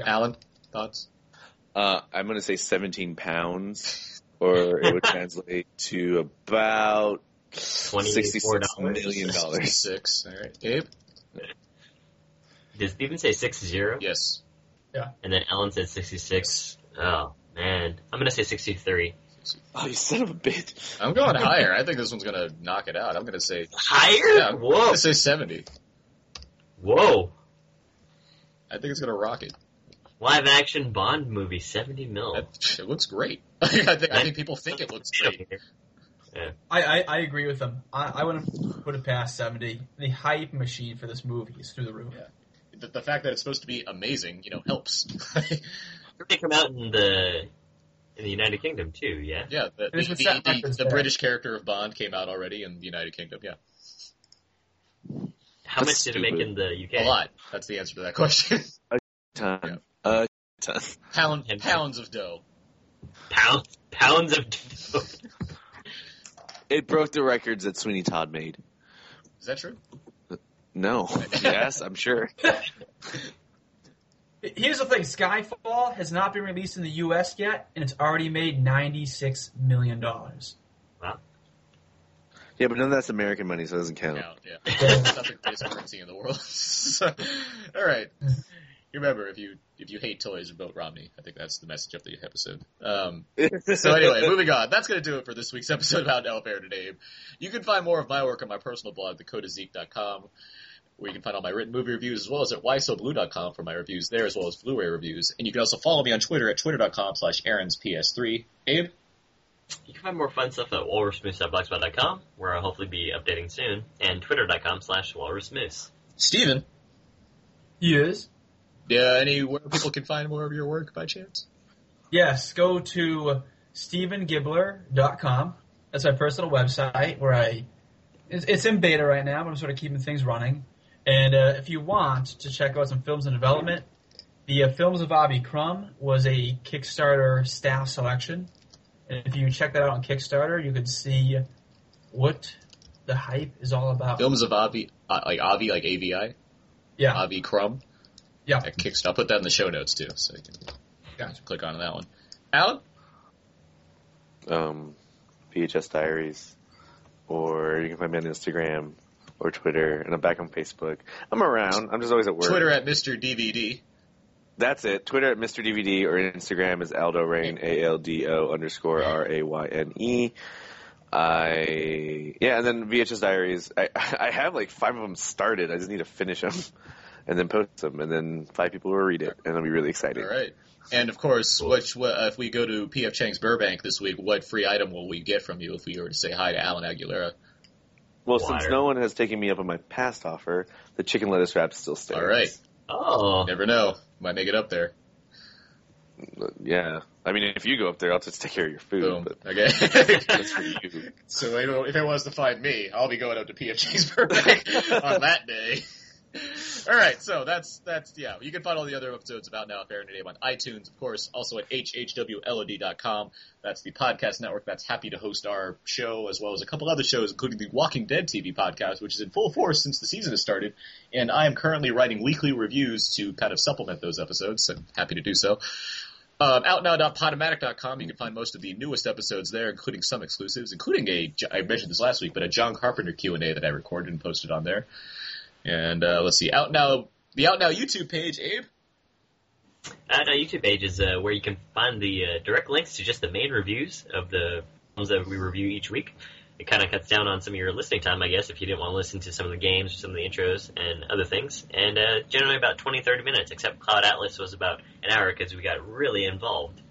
H: Alan, thoughts?
C: Uh, I'm going to say 17 pounds, or it would translate to about $66 million. dollars.
H: Six. All right, Abe.
I: Does Steven say six zero?
H: Yes.
J: Yeah.
I: And then Ellen said sixty six. Oh man, I'm gonna say sixty three.
C: Oh, you son of a bitch!
H: I'm going higher. I think this one's gonna knock it out. I'm gonna say
I: Higher?
H: Yeah, I'm
I: Whoa.
H: gonna say seventy.
I: Whoa!
H: I think it's gonna rock it.
I: Live action Bond movie, seventy
J: Oh.
I: mil.
H: It looks great. I think I think people think it looks great.
I: Yeah.
J: I, I, I agree with them. I, I wouldn't have put it past seventy. The hype machine for this movie is through the roof.
H: Yeah. The, the fact that it's supposed to be amazing, you know, helps.
I: They come out in the in the United Kingdom too. Yeah.
H: yeah, the,
J: There's
H: the,
J: a set
H: the-
J: reference
H: the
J: there.
H: British character of Bond came out already in the United Kingdom. Yeah,
I: How
C: That's
I: much did it make in the UK?
H: a lot. That's the answer to that question.
C: Ton. Uh, ton.
H: Pound, pounds of dough.
I: Pounds pounds of.
C: It broke the records that Sweeney Todd made.
H: Is that true?
C: No. yes, I'm sure.
J: Here's the thing: Skyfall has not been released in the U.S. yet, and it's already made ninety-six million dollars.
I: wow.
C: Yeah, but none of that's American money, so it doesn't count.
H: Pound, yeah. It's not the greatest currency in the world. So, all right. You remember if you if you hate toys, vote Romney. I think that's the message of the episode. Um, so anyway, moving on. That's going to do it for this week's episode of Out Now Fair to Name. You can find more of my work on my personal blog, thecodazeek.com, where you can find all my written movie reviews, as well as at whysoblue.com for my reviews there, as well as Blu-ray reviews. And you can also follow me on Twitter at twitter.com slash aaronsps3. Abe?
I: You can find more fun stuff at walrusmoose.blogspot.com, where I'll hopefully be updating soon, and twitter.com slash walrusmoose.
H: Steven?
J: Yes.
H: Yeah, anywhere people can find more of your work by chance?
J: Yes, go to stephengibbler.com. That's my personal website where I. It's, it's in beta right now, but I'm sort of keeping things running. And uh, if you want to check out some films in development, the uh, Films of Avi Crumb was a Kickstarter staff selection. And if you check that out on Kickstarter, you can see what the hype is all about.
H: Films of Avi, uh, like Avi, like AVI,
J: yeah,
H: Avi Crumb.
J: yeah.
H: I kicked. I'll put that in the show notes too, so you can
J: Gotcha.
H: click on that one. Alan,
C: um, VHS Diaries, or you can find me on Instagram or Twitter, and I'm back on Facebook. I'm around. I'm just always at work.
H: Twitter at Mr. DVD.
C: That's it. Twitter at Mr. DVD or Instagram is Aldo Rain, A L D O underscore R A Y N E. I yeah, and then VHS Diaries. I I have like five of them started. I just need to finish them, and then post them, and then five people will read it, and I'll be really excited.
H: All right, and of course, which uh, if we go to PF Chang's Burbank this week, what free item will we get from you if we were to say hi to Alan Aguilera?
C: Well, since
I: Liar.
C: no one has taken me up on my past offer, the chicken lettuce wrap still stands.
H: All right,
I: Oh.
H: never know, might make it up there.
C: Yeah. I mean, if you go up there, I'll just take care of your food.
H: Boom.
C: But
H: Okay.
C: that's for you.
H: so you know, if it wants to find me, I'll be going up to PF Chang's Burbank on that day. All right, so that's that's yeah. You can find all the other episodes about Now Fair and Name on iTunes, of course, also at hhwlod.com. That's the podcast network that's happy to host our show as well as a couple other shows, including the Walking Dead TV podcast, which is in full force since the season has started. And I am currently writing weekly reviews to kind of supplement those episodes. So I'm happy to do so. Um, outnow.podomatic.com, you can find most of the newest episodes there, including some exclusives, including a, I mentioned this last week, but a John Carpenter Q&A that I recorded and posted on there. And uh, let's see, Out Now, the Out Now YouTube page, Abe?
I: Uh, no, YouTube page is uh, where you can find the uh, direct links to just the main reviews of the films that we review each week. It kind of cuts down on some of your listening time, I guess, if you didn't want to listen to some of the games or some of the intros and other things. And uh, generally about 20, 30 minutes, except Cloud Atlas was about an hour because we got really involved.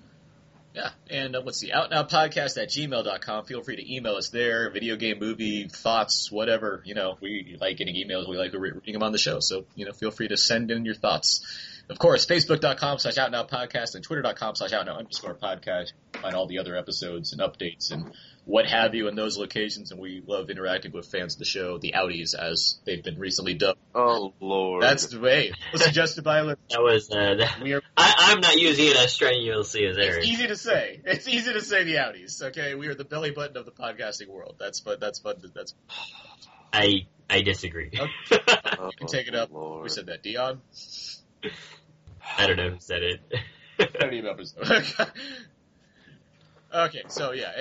H: Yeah, and uh, let's see, outnowpodcast at gmail.com. Feel free to email us there, video game, movie, thoughts, whatever. You know, we like getting emails, we like re- reading them on the show, so, you know, feel free to send in your thoughts. Of course, facebook.com slash outnowpodcast and twitter.com slash outnow underscore podcast. Find all the other episodes and updates and what have you in those locations, and we love interacting with fans of the show, the outies, as they've been recently dubbed.
C: Oh lord,
H: That's the way. Was suggested by Liz.
I: That was. Uh, that, I, I'm not using it as strenuously as Eric.
H: It's easy to say. It's easy to say the outies. Okay, we are the belly button of the podcasting world. That's fun. That's fun. to- That's
I: I I disagree.
C: Oh,
H: you can take it up. We said that, Dion.
I: I don't know who said it.
H: I don't even know if it's- okay, so yeah.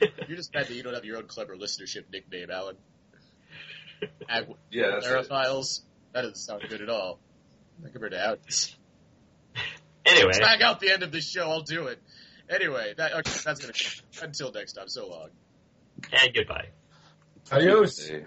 H: Anyway, you're just mad that you don't have your own clever listenership nickname, Alan. Ag-
C: Yeah, that's right.
H: Aerophiles. That doesn't sound good at all. Not compared to outies.
I: Anyway,
H: drag out the end of the show. I'll do it. Anyway, that okay, that's gonna. Until next time. So long.
I: and goodbye.
L: Adios.